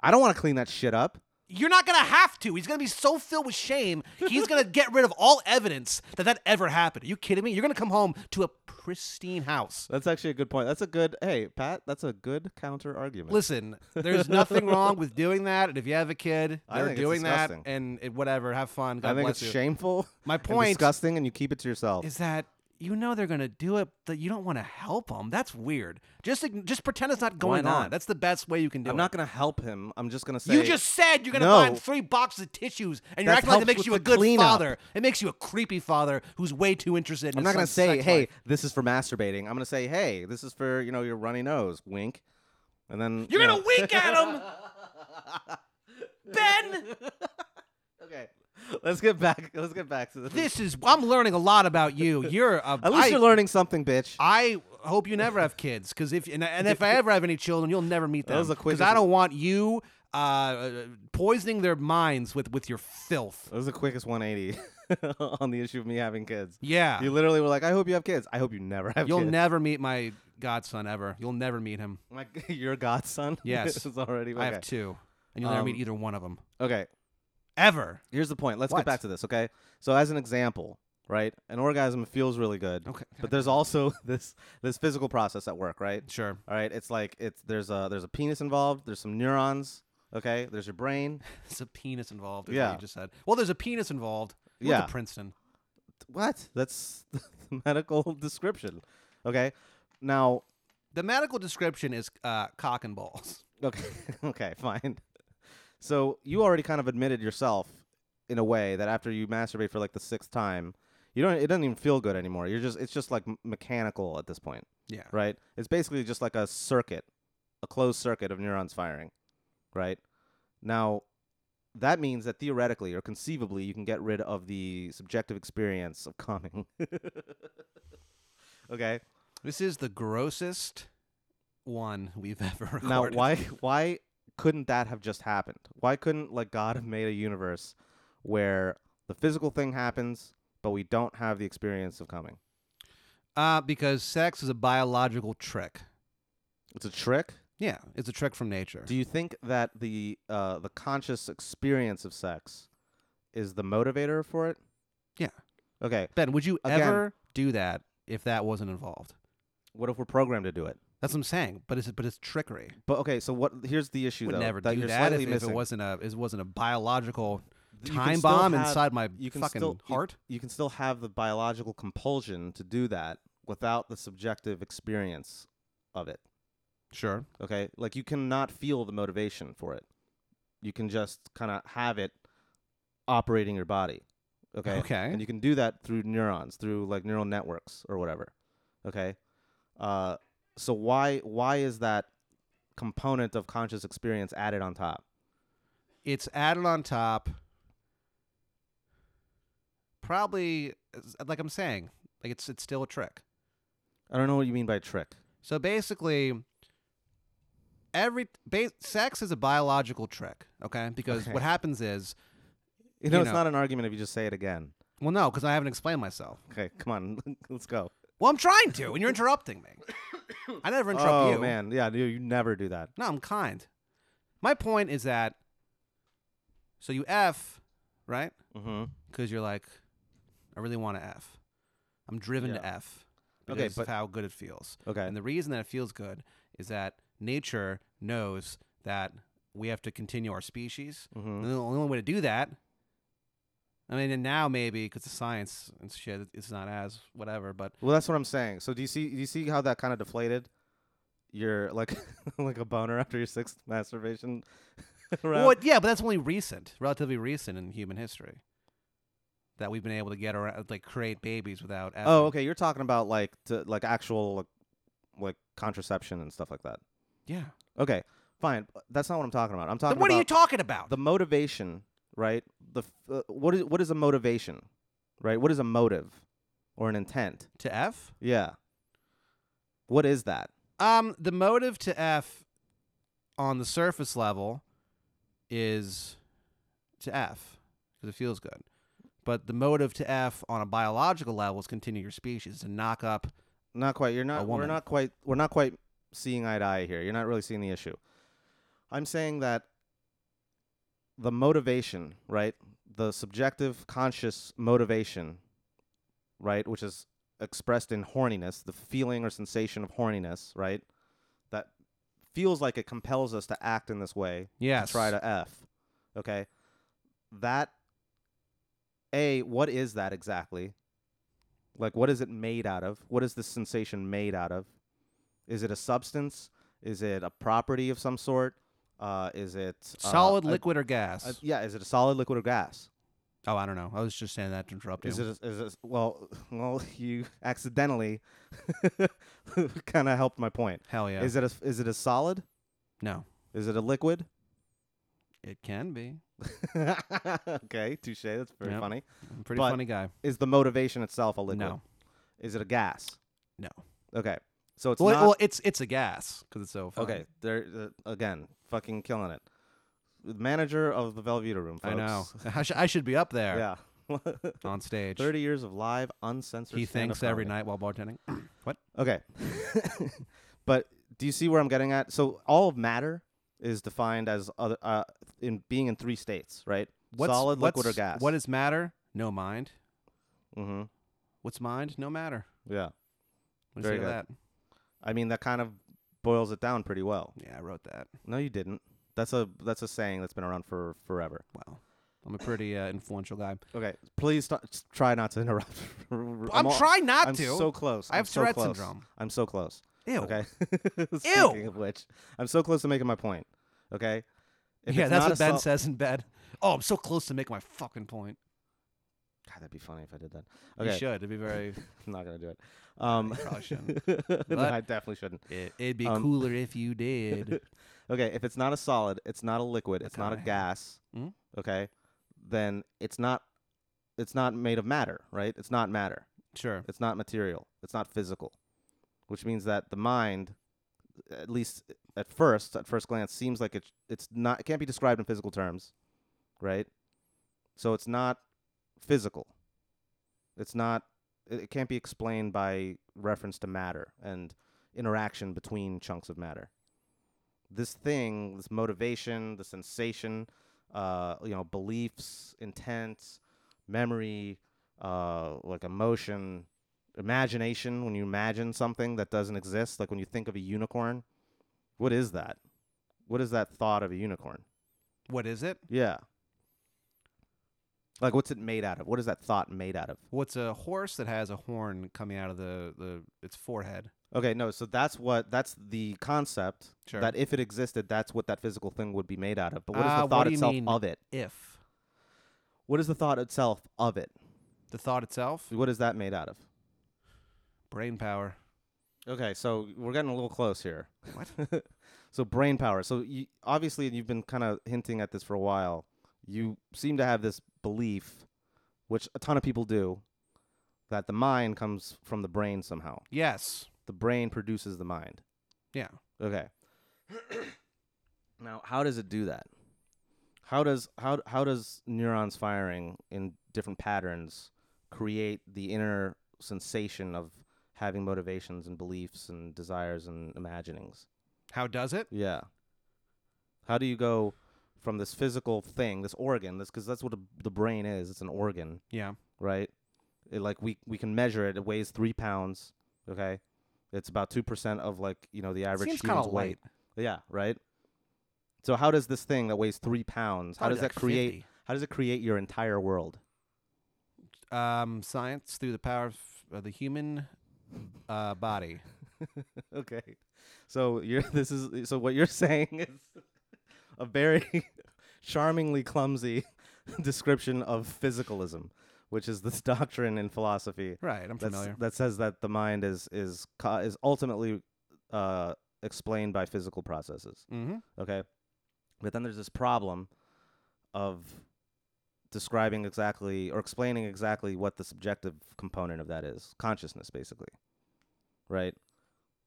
[SPEAKER 2] I don't want to clean that shit up.
[SPEAKER 3] You're not going to have to. He's going to be so filled with shame, he's going to get rid of all evidence that that ever happened. Are you kidding me? You're going to come home to a pristine house.
[SPEAKER 2] That's actually a good point. That's a good. Hey, Pat, that's a good counter argument.
[SPEAKER 3] Listen, there's nothing wrong with doing that. And if you have a kid,
[SPEAKER 2] I
[SPEAKER 3] they're
[SPEAKER 2] think it's
[SPEAKER 3] doing that
[SPEAKER 2] disgusting.
[SPEAKER 3] and it, whatever. Have fun. God
[SPEAKER 2] I think
[SPEAKER 3] bless
[SPEAKER 2] it's
[SPEAKER 3] you.
[SPEAKER 2] shameful.
[SPEAKER 3] My
[SPEAKER 2] and
[SPEAKER 3] point
[SPEAKER 2] disgusting, and you keep it to yourself.
[SPEAKER 3] is that you know they're going to do it, but you don't want to help them. That's weird. Just ign- just pretend it's not going on.
[SPEAKER 2] not?
[SPEAKER 3] That's the best way you can do
[SPEAKER 2] I'm
[SPEAKER 3] it.
[SPEAKER 2] not gonna help him. I'm just gonna say
[SPEAKER 3] you just said you're going to
[SPEAKER 2] No.
[SPEAKER 3] buy him three boxes of tissues, and you're
[SPEAKER 2] That
[SPEAKER 3] acting like it
[SPEAKER 2] helps
[SPEAKER 3] makes
[SPEAKER 2] with
[SPEAKER 3] you a
[SPEAKER 2] the
[SPEAKER 3] good
[SPEAKER 2] cleanup.
[SPEAKER 3] father. It makes you a creepy father who's way too interested. In
[SPEAKER 2] I'm
[SPEAKER 3] his
[SPEAKER 2] not gonna
[SPEAKER 3] son's
[SPEAKER 2] say,
[SPEAKER 3] sex
[SPEAKER 2] "Hey,
[SPEAKER 3] life.
[SPEAKER 2] this is for masturbating." I'm gonna say, "Hey, this is for you know your runny nose." Wink, and then
[SPEAKER 3] You're
[SPEAKER 2] you
[SPEAKER 3] gonna
[SPEAKER 2] know.
[SPEAKER 3] wink at him, Ben.
[SPEAKER 2] okay, let's get back. Let's get back to this.
[SPEAKER 3] This is. I'm learning a lot about you. You're a.
[SPEAKER 2] At least
[SPEAKER 3] I-
[SPEAKER 2] you're learning something, bitch.
[SPEAKER 3] I hope you never have kids because if and, and if I ever have any children, you'll never meet them.
[SPEAKER 2] That was the
[SPEAKER 3] Because
[SPEAKER 2] quickest-
[SPEAKER 3] I don't want you uh, uh, poisoning their minds with with your filth.
[SPEAKER 2] That was the quickest 180 on the issue of me having kids.
[SPEAKER 3] Yeah,
[SPEAKER 2] You literally were like, "I hope you have kids." I hope you never have
[SPEAKER 3] you'll
[SPEAKER 2] kids.
[SPEAKER 3] never meet my godson ever. You'll never meet him.
[SPEAKER 2] I'm like, your godson.
[SPEAKER 3] Yes.
[SPEAKER 2] this is already. Okay.
[SPEAKER 3] I have two, and you'll never
[SPEAKER 2] Um,
[SPEAKER 3] meet either one of them
[SPEAKER 2] okay,
[SPEAKER 3] ever.
[SPEAKER 2] here's the point. Let's
[SPEAKER 3] What?
[SPEAKER 2] get back to this. Okay, so as an example, right, an orgasm feels really good.
[SPEAKER 3] Okay,
[SPEAKER 2] But there's also this this physical process at work, right?
[SPEAKER 3] sure.
[SPEAKER 2] All right, it's like it's there's a there's a penis involved. There's some neurons Okay, there's your brain.
[SPEAKER 3] There's a penis involved. Is What
[SPEAKER 2] Yeah.
[SPEAKER 3] you just said. Well, there's a penis involved. You went
[SPEAKER 2] Yeah.
[SPEAKER 3] To Princeton.
[SPEAKER 2] What? That's the medical description. Okay, now
[SPEAKER 3] The medical description is uh, cock and balls.
[SPEAKER 2] Okay. okay, fine. So you already kind of admitted yourself in a way that after you masturbate for like the sixth time, you don't it doesn't even feel good anymore. You're just it's just like m- mechanical at this point,
[SPEAKER 3] Yeah.
[SPEAKER 2] right? It's basically just like a circuit, a closed circuit of neurons firing, right? Now, that means that theoretically or conceivably you can get rid of the subjective experience of coming. okay?
[SPEAKER 3] This is the grossest one we've ever recorded.
[SPEAKER 2] Now, why why couldn't that have just happened? Why couldn't like God have made a universe where the physical thing happens, but we don't have the experience of coming?
[SPEAKER 3] Uh, because sex is a biological trick.
[SPEAKER 2] It's a trick.
[SPEAKER 3] Yeah, it's a trick from nature.
[SPEAKER 2] Do you think that the uh, the conscious experience of sex is the motivator for it?
[SPEAKER 3] Yeah.
[SPEAKER 2] Okay.
[SPEAKER 3] ben, would you
[SPEAKER 2] Again-
[SPEAKER 3] ever do that if that wasn't involved?
[SPEAKER 2] What if we're programmed to do it?
[SPEAKER 3] That's what I'm saying. But it's but it's trickery.
[SPEAKER 2] But okay, so what? Here's the issue
[SPEAKER 3] would
[SPEAKER 2] though
[SPEAKER 3] never
[SPEAKER 2] that
[SPEAKER 3] do
[SPEAKER 2] you're
[SPEAKER 3] that if,
[SPEAKER 2] slightly
[SPEAKER 3] if
[SPEAKER 2] missing.
[SPEAKER 3] it wasn't a it wasn't a biological
[SPEAKER 2] You can
[SPEAKER 3] time
[SPEAKER 2] still
[SPEAKER 3] bomb
[SPEAKER 2] have-
[SPEAKER 3] inside my
[SPEAKER 2] you can
[SPEAKER 3] fucking
[SPEAKER 2] still- you-
[SPEAKER 3] heart.
[SPEAKER 2] you can still have the biological compulsion to do that without the subjective experience of it.
[SPEAKER 3] Sure.
[SPEAKER 2] Okay? Like you cannot feel the motivation for it. You can just kind of have it operating your body. Okay?
[SPEAKER 3] Okay.
[SPEAKER 2] And you can do that through neurons, through like neural networks or whatever. Okay? Uh so why why is that component of conscious experience added on top?
[SPEAKER 3] It's added on top. Probably it's- like I'm saying, like it's it's still a trick.
[SPEAKER 2] I don't know what you mean by trick.
[SPEAKER 3] So basically, every ba- sex is a biological trick. Okay, because
[SPEAKER 2] Okay.
[SPEAKER 3] what happens is,
[SPEAKER 2] You know,
[SPEAKER 3] You
[SPEAKER 2] it's
[SPEAKER 3] know-
[SPEAKER 2] not an argument if you just say it again.
[SPEAKER 3] well, no, because I haven't explained myself.
[SPEAKER 2] Okay, come on, let's go.
[SPEAKER 3] Well, I'm trying to, and you're interrupting me. I never interrupt
[SPEAKER 2] oh
[SPEAKER 3] you.
[SPEAKER 2] man, yeah, you, you never do that.
[SPEAKER 3] No, I'm kind. My point is that. So you f, right?
[SPEAKER 2] Mm-hmm.
[SPEAKER 3] Because you're like, I really want to f. I'm driven to
[SPEAKER 2] Yeah.
[SPEAKER 3] f.
[SPEAKER 2] Okay,
[SPEAKER 3] Because
[SPEAKER 2] but-
[SPEAKER 3] of how good it feels.
[SPEAKER 2] Okay,
[SPEAKER 3] And the reason that it feels good is that nature knows that we have to continue our species.
[SPEAKER 2] mm-hmm.
[SPEAKER 3] And the only way to do that, I mean, and now maybe because of science and shit, it's not as whatever, but
[SPEAKER 2] Well, that's what I'm saying. So do you see? Do you see how that kind of deflated your like like a boner after your sixth masturbation? round?
[SPEAKER 3] Well, yeah, but that's only recent, relatively recent in human history, that we've been able to get around, like create babies without. Effort.
[SPEAKER 2] Oh, okay. You're talking about like to, like actual like, like contraception and stuff like that.
[SPEAKER 3] yeah.
[SPEAKER 2] Okay, fine. but That's not what I'm talking about. I'm talking
[SPEAKER 3] Then what
[SPEAKER 2] about
[SPEAKER 3] are you talking about?
[SPEAKER 2] the motivation, right? The f- uh, what is what is a motivation, right? What is a motive or an intent?
[SPEAKER 3] to f?
[SPEAKER 2] Yeah. What is that?
[SPEAKER 3] Um, the motive to f, on the surface level, is to f because it feels good, but the motive to f on a biological level is continue your species to knock up.
[SPEAKER 2] Not quite. You're not. We're
[SPEAKER 3] woman.
[SPEAKER 2] not quite. We're not quite seeing eye to eye here. You're not really seeing the issue. I'm saying that the motivation, right? The subjective conscious motivation, right, which is expressed in horniness, the feeling or sensation of horniness, right? That feels like it compels us to act in this way
[SPEAKER 3] Yes.
[SPEAKER 2] to try to F. Okay. That A, what is that exactly? Like what is it made out of? What is the sensation made out of? Is it a substance? Is it a property of some sort? Uh, is it uh,
[SPEAKER 3] solid,
[SPEAKER 2] a-
[SPEAKER 3] liquid, or gas.
[SPEAKER 2] a- yeah, is it a solid liquid or gas?
[SPEAKER 3] oh, I don't know. I was just saying that to interrupt you.
[SPEAKER 2] Is it? a- Is it? Well, well, you accidentally kind of helped my point.
[SPEAKER 3] Hell yeah.
[SPEAKER 2] Is it? A, is it a solid?
[SPEAKER 3] no,
[SPEAKER 2] Is it a liquid?
[SPEAKER 3] it can be.
[SPEAKER 2] okay, touche. That's very
[SPEAKER 3] Yep.
[SPEAKER 2] funny.
[SPEAKER 3] I'm a pretty
[SPEAKER 2] But-
[SPEAKER 3] funny guy.
[SPEAKER 2] Is the motivation itself a liquid?
[SPEAKER 3] No,
[SPEAKER 2] Is it a gas?
[SPEAKER 3] No.
[SPEAKER 2] Okay. So it's
[SPEAKER 3] well,
[SPEAKER 2] not.
[SPEAKER 3] well, it's it's a gas because it's so. Fun.
[SPEAKER 2] okay. They're uh, again fucking killing it. The manager of the Velveeta Room. Folks.
[SPEAKER 3] I know. I, sh- I should be up there
[SPEAKER 2] Yeah.
[SPEAKER 3] on stage.
[SPEAKER 2] Thirty years of live uncensored.
[SPEAKER 3] he
[SPEAKER 2] stand-up
[SPEAKER 3] thinks every
[SPEAKER 2] comedy.
[SPEAKER 3] night while bartending. what?
[SPEAKER 2] Okay. but do you see where I'm getting at? So all of matter is defined as other uh, in being in three states, right?
[SPEAKER 3] What's,
[SPEAKER 2] Solid, liquid, or
[SPEAKER 3] what's-
[SPEAKER 2] gas.
[SPEAKER 3] What is matter? No mind.
[SPEAKER 2] Mm-hmm.
[SPEAKER 3] What's mind? No matter.
[SPEAKER 2] Yeah.
[SPEAKER 3] What do you
[SPEAKER 2] Very
[SPEAKER 3] say to that?
[SPEAKER 2] I mean, that kind of boils it down pretty well.
[SPEAKER 3] Yeah, I wrote that.
[SPEAKER 2] No, you didn't. That's a that's a saying that's been around for forever.
[SPEAKER 3] Wow. I'm a pretty uh, influential guy.
[SPEAKER 2] Okay, please st- s- try not to interrupt. I'm,
[SPEAKER 3] I'm,
[SPEAKER 2] all-
[SPEAKER 3] trying not
[SPEAKER 2] I'm
[SPEAKER 3] to.
[SPEAKER 2] so close.
[SPEAKER 3] I
[SPEAKER 2] I'm
[SPEAKER 3] have
[SPEAKER 2] so
[SPEAKER 3] Tourette
[SPEAKER 2] close.
[SPEAKER 3] syndrome.
[SPEAKER 2] I'm so close.
[SPEAKER 3] Ew.
[SPEAKER 2] Okay. Speaking of which, I'm so close to making my point. Okay. If
[SPEAKER 3] yeah,
[SPEAKER 2] it's
[SPEAKER 3] that's
[SPEAKER 2] not
[SPEAKER 3] what Ben
[SPEAKER 2] assault-
[SPEAKER 3] says in bed. Oh, I'm so close to making my fucking point.
[SPEAKER 2] God, that'd be funny if I did that.
[SPEAKER 3] You
[SPEAKER 2] Okay,
[SPEAKER 3] should. It'd be very.
[SPEAKER 2] I'm not gonna do it. Um,
[SPEAKER 3] you probably shouldn't.
[SPEAKER 2] no,
[SPEAKER 3] But-
[SPEAKER 2] I definitely shouldn't.
[SPEAKER 3] It, it'd be
[SPEAKER 2] Um,
[SPEAKER 3] cooler if you did.
[SPEAKER 2] Okay, if it's not a solid, it's not a liquid, it's not a
[SPEAKER 3] Okay.
[SPEAKER 2] gas.
[SPEAKER 3] Mhm.
[SPEAKER 2] Okay, then it's not. It's not made of matter, right? It's not matter.
[SPEAKER 3] Sure.
[SPEAKER 2] It's not material. It's not physical, which means that the mind, at least at first, at first glance, seems like it's it's not. It can't be described in physical terms, right? So it's not physical. It's not. It, it can't be explained by reference to matter and interaction between chunks of matter. This thing, this motivation, the sensation, uh, you know, beliefs, intent, memory, uh, like emotion, imagination. When you imagine something that doesn't exist, like when you think of a unicorn, what is that? What is that thought of a unicorn?
[SPEAKER 3] What is it?
[SPEAKER 2] Yeah. Like, what's it made out of? What is that thought made out of?
[SPEAKER 3] What's a horse that has a horn coming out of the, the its forehead?
[SPEAKER 2] Okay, no, so that's what that's the concept
[SPEAKER 3] Sure.
[SPEAKER 2] that if it existed, that's what that physical thing would be made out of. But what is
[SPEAKER 3] Ah,
[SPEAKER 2] the
[SPEAKER 3] what
[SPEAKER 2] thought
[SPEAKER 3] do you
[SPEAKER 2] itself
[SPEAKER 3] mean?
[SPEAKER 2] of it?
[SPEAKER 3] if
[SPEAKER 2] What is the thought itself of it?
[SPEAKER 3] the thought itself,
[SPEAKER 2] What is that made out of?
[SPEAKER 3] brain power.
[SPEAKER 2] Okay, so we're getting a little close here.
[SPEAKER 3] What?
[SPEAKER 2] so brain power. So you, obviously, you've been kind of hinting at this for a while. You seem to have this belief, which a ton of people do, that the mind comes from the brain somehow.
[SPEAKER 3] Yes.
[SPEAKER 2] The brain produces the mind.
[SPEAKER 3] Yeah.
[SPEAKER 2] Okay. now, how does it do that? How does how how does neurons firing in different patterns create the inner sensation of having motivations and beliefs and desires and imaginings?
[SPEAKER 3] How does it?
[SPEAKER 2] Yeah. How do you go from this physical thing, this organ, this because that's what a, the brain is. It's an organ,
[SPEAKER 3] Yeah.
[SPEAKER 2] right? It, like we we can measure it. It weighs three pounds. Okay, it's about two percent of like you know the average
[SPEAKER 3] Seems kind
[SPEAKER 2] human's
[SPEAKER 3] of
[SPEAKER 2] weight.
[SPEAKER 3] light.
[SPEAKER 2] Yeah, right. So how does this thing that weighs three pounds? How
[SPEAKER 3] Probably
[SPEAKER 2] does
[SPEAKER 3] like
[SPEAKER 2] that create?
[SPEAKER 3] 50.
[SPEAKER 2] How does it create your entire world?
[SPEAKER 3] um, science through the power of uh, the human uh, body.
[SPEAKER 2] okay, so you're this is so what you're saying is a very charmingly clumsy description of physicalism, which is this doctrine in philosophy
[SPEAKER 3] Right, I'm
[SPEAKER 2] that's,
[SPEAKER 3] familiar.
[SPEAKER 2] that says that the mind is is ca- is ultimately uh, explained by physical processes.
[SPEAKER 3] Mm-hmm.
[SPEAKER 2] Okay. But then there's this problem of describing exactly or explaining exactly what the subjective component of that is consciousness, basically. Right?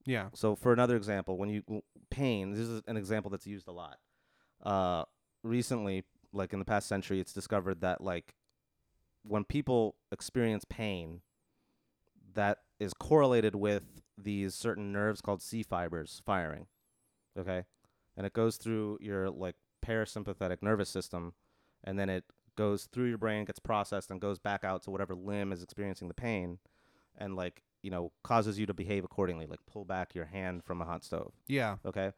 [SPEAKER 3] Yeah.
[SPEAKER 2] So, for another example, when you w- pain, this is an example that's used a lot. Uh, recently, like in the past century, it's discovered that, like, when people experience pain, that is correlated with these certain nerves called C fibers firing. Okay. And it goes through your, like, parasympathetic nervous system, and then it goes through your brain, gets processed, and goes back out to whatever limb is experiencing the pain and like you know causes you to behave accordingly like pull back your hand from a hot stove
[SPEAKER 3] Yeah.
[SPEAKER 2] okay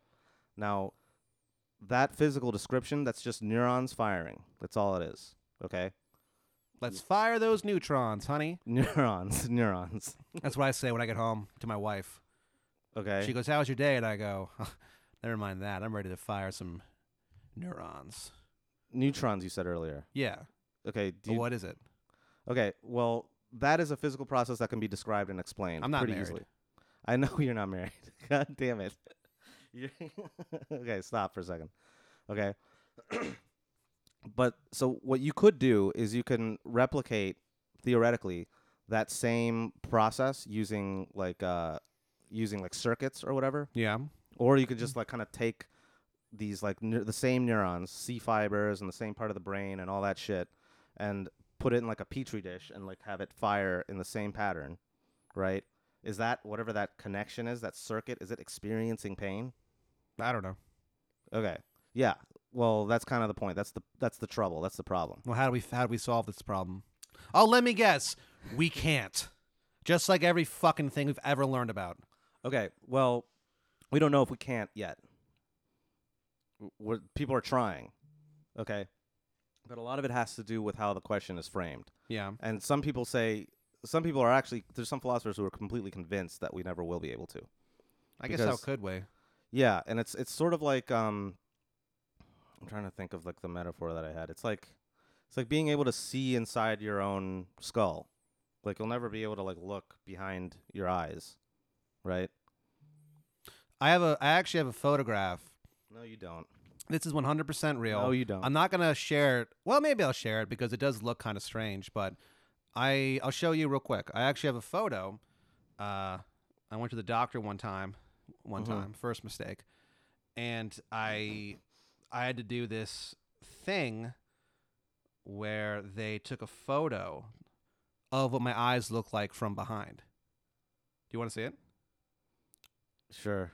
[SPEAKER 2] now that physical description that's just neurons firing that's all it is okay Mm.
[SPEAKER 3] Let's fire those neutrons, honey.
[SPEAKER 2] neurons neurons
[SPEAKER 3] That's what I say when I get home to my wife.
[SPEAKER 2] okay
[SPEAKER 3] She goes, "How was your day?" And I go, "Never mind that. I'm ready to fire some neurons."
[SPEAKER 2] neutrons you said earlier
[SPEAKER 3] Yeah.
[SPEAKER 2] okay do
[SPEAKER 3] But
[SPEAKER 2] you,
[SPEAKER 3] what is it?
[SPEAKER 2] okay well that is a physical process that can be described and explained
[SPEAKER 3] I'm not
[SPEAKER 2] pretty
[SPEAKER 3] married.
[SPEAKER 2] easily i know you're not married god damn it You're- okay stop for a second okay but so what you could do is you can replicate theoretically that same process using like uh using like circuits or whatever
[SPEAKER 3] Yeah.
[SPEAKER 2] or you could just like kind of take these like neu- the same neurons c fibers and the same part of the brain and all that shit and put it in like a petri dish and like have it fire in the same pattern right is that whatever that connection is that circuit is it experiencing pain
[SPEAKER 3] I don't know.
[SPEAKER 2] okay yeah well that's kind of the point that's the that's the trouble that's the problem
[SPEAKER 3] Well, how do we how do we solve this problem? Oh, let me guess. We can't. Just like every fucking thing we've ever learned about.
[SPEAKER 2] Okay, well, we don't know if we can't yet. w- what people are trying. Okay. But a lot of it has to do with how the question is framed.
[SPEAKER 3] Yeah.
[SPEAKER 2] And some people say some people are actually there's some philosophers who are completely convinced that we never will be able to.
[SPEAKER 3] I guess how
[SPEAKER 2] Because-
[SPEAKER 3] could we?
[SPEAKER 2] Yeah, and it's it's sort of like um I'm trying to think of like the metaphor that I had. It's like it's like being able to see inside your own skull. Like you'll never be able to like look behind your eyes. Right?
[SPEAKER 3] I have a I actually have a photograph.
[SPEAKER 2] No, you don't.
[SPEAKER 3] This is 100% real.
[SPEAKER 2] No, you don't.
[SPEAKER 3] I'm not gonna share it. Well, maybe I'll share it because it does look kind of strange. But I I'll show you real quick. I actually have a photo. Uh, I went to the doctor one time, one
[SPEAKER 2] Mhm.
[SPEAKER 3] time, first mistake, and I I had to do this thing where they took a photo of what my eyes look like from behind. Do you want to see it?
[SPEAKER 2] Sure.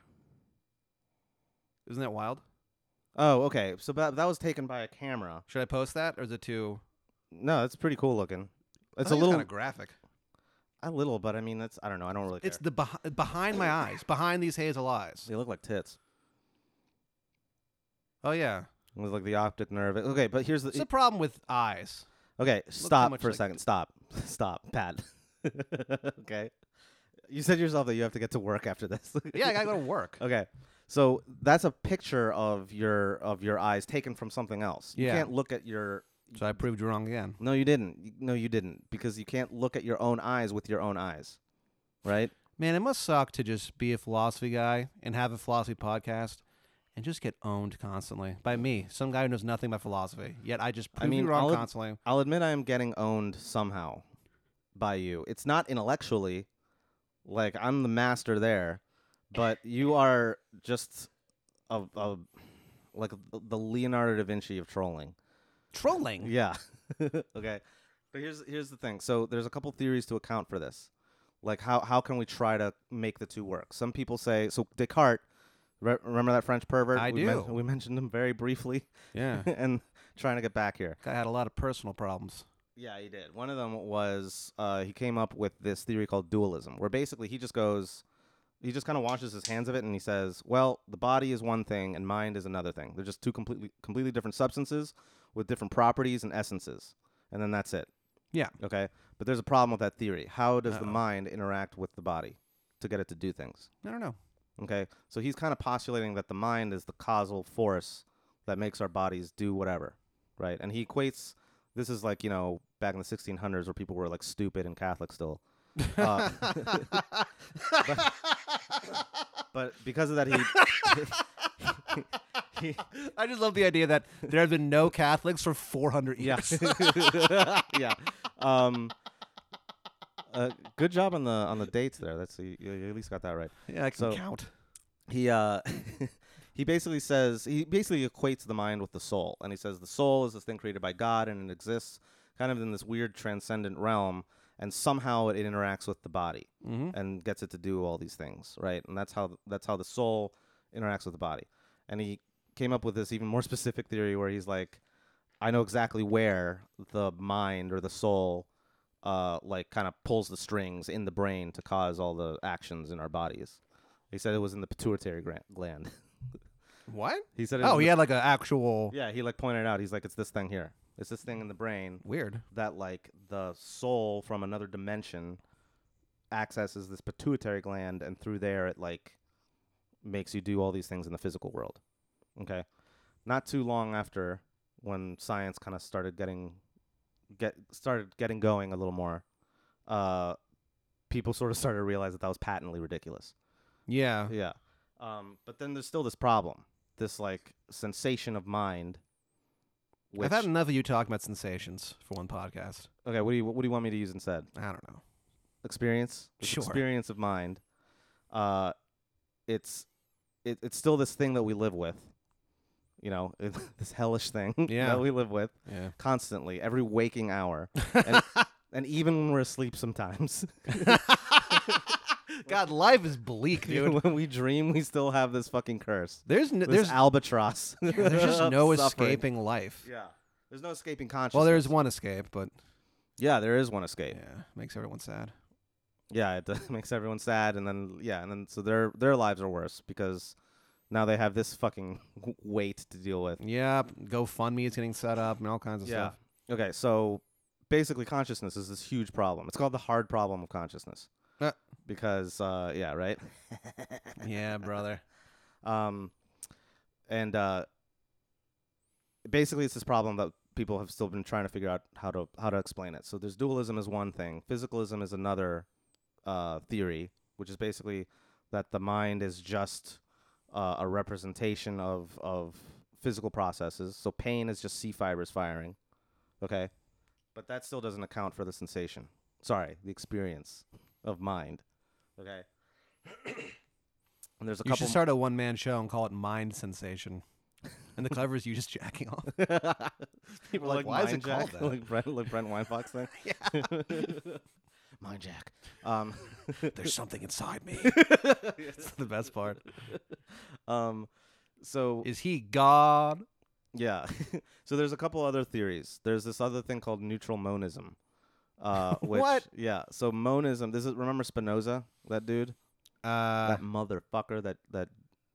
[SPEAKER 3] Isn't that wild?
[SPEAKER 2] Oh, okay. So that that was taken by a camera.
[SPEAKER 3] Should I post that or is it too?
[SPEAKER 2] No, it's pretty cool looking.
[SPEAKER 3] I
[SPEAKER 2] It's a
[SPEAKER 3] think
[SPEAKER 2] little,
[SPEAKER 3] kinda graphic.
[SPEAKER 2] a little, but I mean, that's I don't know. I don't really.
[SPEAKER 3] It's
[SPEAKER 2] care.
[SPEAKER 3] the beh- behind my eyes, behind these hazel eyes.
[SPEAKER 2] they look like tits.
[SPEAKER 3] Oh yeah,
[SPEAKER 2] It was like the optic nerve. Okay, but here's the
[SPEAKER 3] it's a problem with eyes.
[SPEAKER 2] Okay, stop
[SPEAKER 3] much
[SPEAKER 2] for a
[SPEAKER 3] like
[SPEAKER 2] second. Stop. Stop, Pat. okay. You said yourself that you have to get to work after this.
[SPEAKER 3] Yeah, I gotta go to work.
[SPEAKER 2] Okay. So that's a picture of your of your eyes taken from something else. You
[SPEAKER 3] Yeah.
[SPEAKER 2] can't look at your
[SPEAKER 3] So I proved you wrong again.
[SPEAKER 2] No, you didn't. Y- No, you didn't because you can't look at your own eyes with your own eyes. Right?
[SPEAKER 3] Man, it must suck to just be a philosophy guy and have a philosophy podcast and just get owned constantly by me, some guy who knows nothing about philosophy. Yet I just prove
[SPEAKER 2] mean,
[SPEAKER 3] you wrong
[SPEAKER 2] I'll ad-
[SPEAKER 3] constantly.
[SPEAKER 2] I'll admit I am getting owned somehow by you. It's not intellectually, like I'm the master there, but you are just a, a like the Leonardo da Vinci of trolling.
[SPEAKER 3] Trolling.
[SPEAKER 2] Yeah. okay. But here's here's the thing. So there's a couple theories to account for this. Like how how can we try to make the two work? Some people say so Descartes re- remember that French pervert?
[SPEAKER 3] I
[SPEAKER 2] we men-
[SPEAKER 3] do.
[SPEAKER 2] we mentioned him very briefly
[SPEAKER 3] Yeah.
[SPEAKER 2] and trying to get back here.
[SPEAKER 3] guy had a lot of personal problems.
[SPEAKER 2] Yeah, he did. One of them was uh, he came up with this theory called dualism, where basically he just goes, he just kind of washes his hands of it, and he says, "Well, the body is one thing, and mind is another thing. They're just two completely completely different substances with different properties and essences, and then that's it."
[SPEAKER 3] Yeah.
[SPEAKER 2] Okay. But there's a problem with that theory. How does the
[SPEAKER 3] Uh-oh.
[SPEAKER 2] mind interact with the body to get it to do things?
[SPEAKER 3] I don't know.
[SPEAKER 2] Okay. So he's kind of postulating that the mind is the causal force that makes our bodies do whatever, right? And he equates this is like, you know, back in the 1600s where people were like stupid and Catholic still. Uh, But because of that, he. he
[SPEAKER 3] I just love the idea that there have been no Catholics for 400
[SPEAKER 2] yeah.
[SPEAKER 3] years.
[SPEAKER 2] yeah. Um. Uh, good job on the on the dates there. That's you, you at least got that right.
[SPEAKER 3] Yeah, I can
[SPEAKER 2] So-
[SPEAKER 3] count.
[SPEAKER 2] he uh he basically says he basically equates the mind with the soul and he says the soul is this thing created by god and it exists kind of in this weird transcendent realm and somehow it interacts with the body
[SPEAKER 3] Mm-hmm.
[SPEAKER 2] and gets it to do all these things right and that's how that's how the soul interacts with the body and he came up with this even more specific theory where he's like i know exactly where the mind or the soul uh, like kind of pulls the strings in the brain to cause all the actions in our bodies he said it was in the pituitary gran- gland
[SPEAKER 3] What?
[SPEAKER 2] he said it was
[SPEAKER 3] Oh,
[SPEAKER 2] in
[SPEAKER 3] he had like an actual
[SPEAKER 2] the- yeah he like pointed out he's like it's this thing here it's this thing in the brain
[SPEAKER 3] weird.
[SPEAKER 2] that like the soul from another dimension accesses this pituitary gland and through there it like makes you do all these things in the physical world okay not too long after when science kind of started getting get started getting going a little more uh people sort of started to realize that that was patently ridiculous
[SPEAKER 3] Yeah.
[SPEAKER 2] yeah um but then there's still this problem this like sensation of mind which
[SPEAKER 3] I've had enough of you talking about sensations for one podcast.
[SPEAKER 2] okay what do you what do you want me to use instead
[SPEAKER 3] I don't know.
[SPEAKER 2] experience, this
[SPEAKER 3] Sure.
[SPEAKER 2] experience of mind. Uh, it's it, it's still this thing that we live with, you know, this hellish thing
[SPEAKER 3] Yeah.
[SPEAKER 2] that we live with
[SPEAKER 3] Yeah.
[SPEAKER 2] constantly, every waking hour, and, and even when we're asleep sometimes.
[SPEAKER 3] God, life is bleak, dude.
[SPEAKER 2] when we dream, we still have this fucking curse,
[SPEAKER 3] There's no,
[SPEAKER 2] this
[SPEAKER 3] there's
[SPEAKER 2] albatross.
[SPEAKER 3] yeah, there's just
[SPEAKER 2] of
[SPEAKER 3] no
[SPEAKER 2] suffering.
[SPEAKER 3] escaping life.
[SPEAKER 2] Yeah, there's no escaping consciousness.
[SPEAKER 3] Well, there's one escape, but
[SPEAKER 2] yeah, there is one escape.
[SPEAKER 3] yeah, makes everyone sad.
[SPEAKER 2] yeah it makes everyone sad and then yeah and then so their their lives are worse because Now they have this fucking weight to deal with.
[SPEAKER 3] Yeah, GoFundMe is getting set up and all kinds of stuff.
[SPEAKER 2] Okay, so basically, consciousness is this huge problem. It's called the hard problem of consciousness.
[SPEAKER 3] Uh.
[SPEAKER 2] Because, uh, yeah, right?
[SPEAKER 3] Yeah, brother.
[SPEAKER 2] Um, and uh, basically, it's this problem that people have still been trying to figure out how to how to explain it. So there's dualism is one thing, physicalism is another uh, theory, which is basically that the mind is just uh, a representation of of physical processes. So pain is just C fibers firing, okay, but that still doesn't account for the sensation. Sorry, the experience of mind, okay. And there's a
[SPEAKER 3] You
[SPEAKER 2] couple
[SPEAKER 3] should start a one man show and call it Mind Sensation. And the cover is you just jacking off.
[SPEAKER 2] People
[SPEAKER 3] are like, "Why is it
[SPEAKER 2] Jack?
[SPEAKER 3] called that?"
[SPEAKER 2] Like Brent, like Brent Winefox thing. yeah. Mind Jack. Um,
[SPEAKER 3] There's something inside me. That's the best part.
[SPEAKER 2] um, so
[SPEAKER 3] Is he God?
[SPEAKER 2] yeah, so there's a couple other theories. There's this other thing called neutral monism. Uh, which,
[SPEAKER 3] What?
[SPEAKER 2] Yeah. So monism. This is remember Spinoza, that dude,
[SPEAKER 3] Uh,
[SPEAKER 2] that motherfucker, that that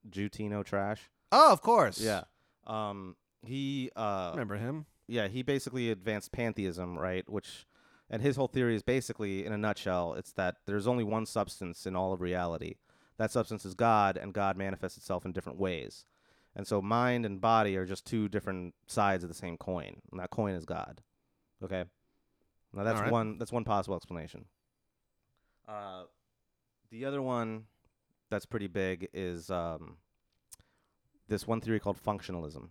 [SPEAKER 2] Jutino trash.
[SPEAKER 3] oh, of course.
[SPEAKER 2] Yeah. Um, he uh,
[SPEAKER 3] Remember him?
[SPEAKER 2] yeah, he basically advanced pantheism, right? Which, and his whole theory is basically, in a nutshell, it's that there's only one substance in all of reality. That substance is God, and God manifests itself in different ways. And so, mind and body are just two different sides of the same coin, and that coin is God. Okay, now that's
[SPEAKER 3] Alright.
[SPEAKER 2] one that's one possible explanation. Uh, the other one that's pretty big is um, this one theory called functionalism.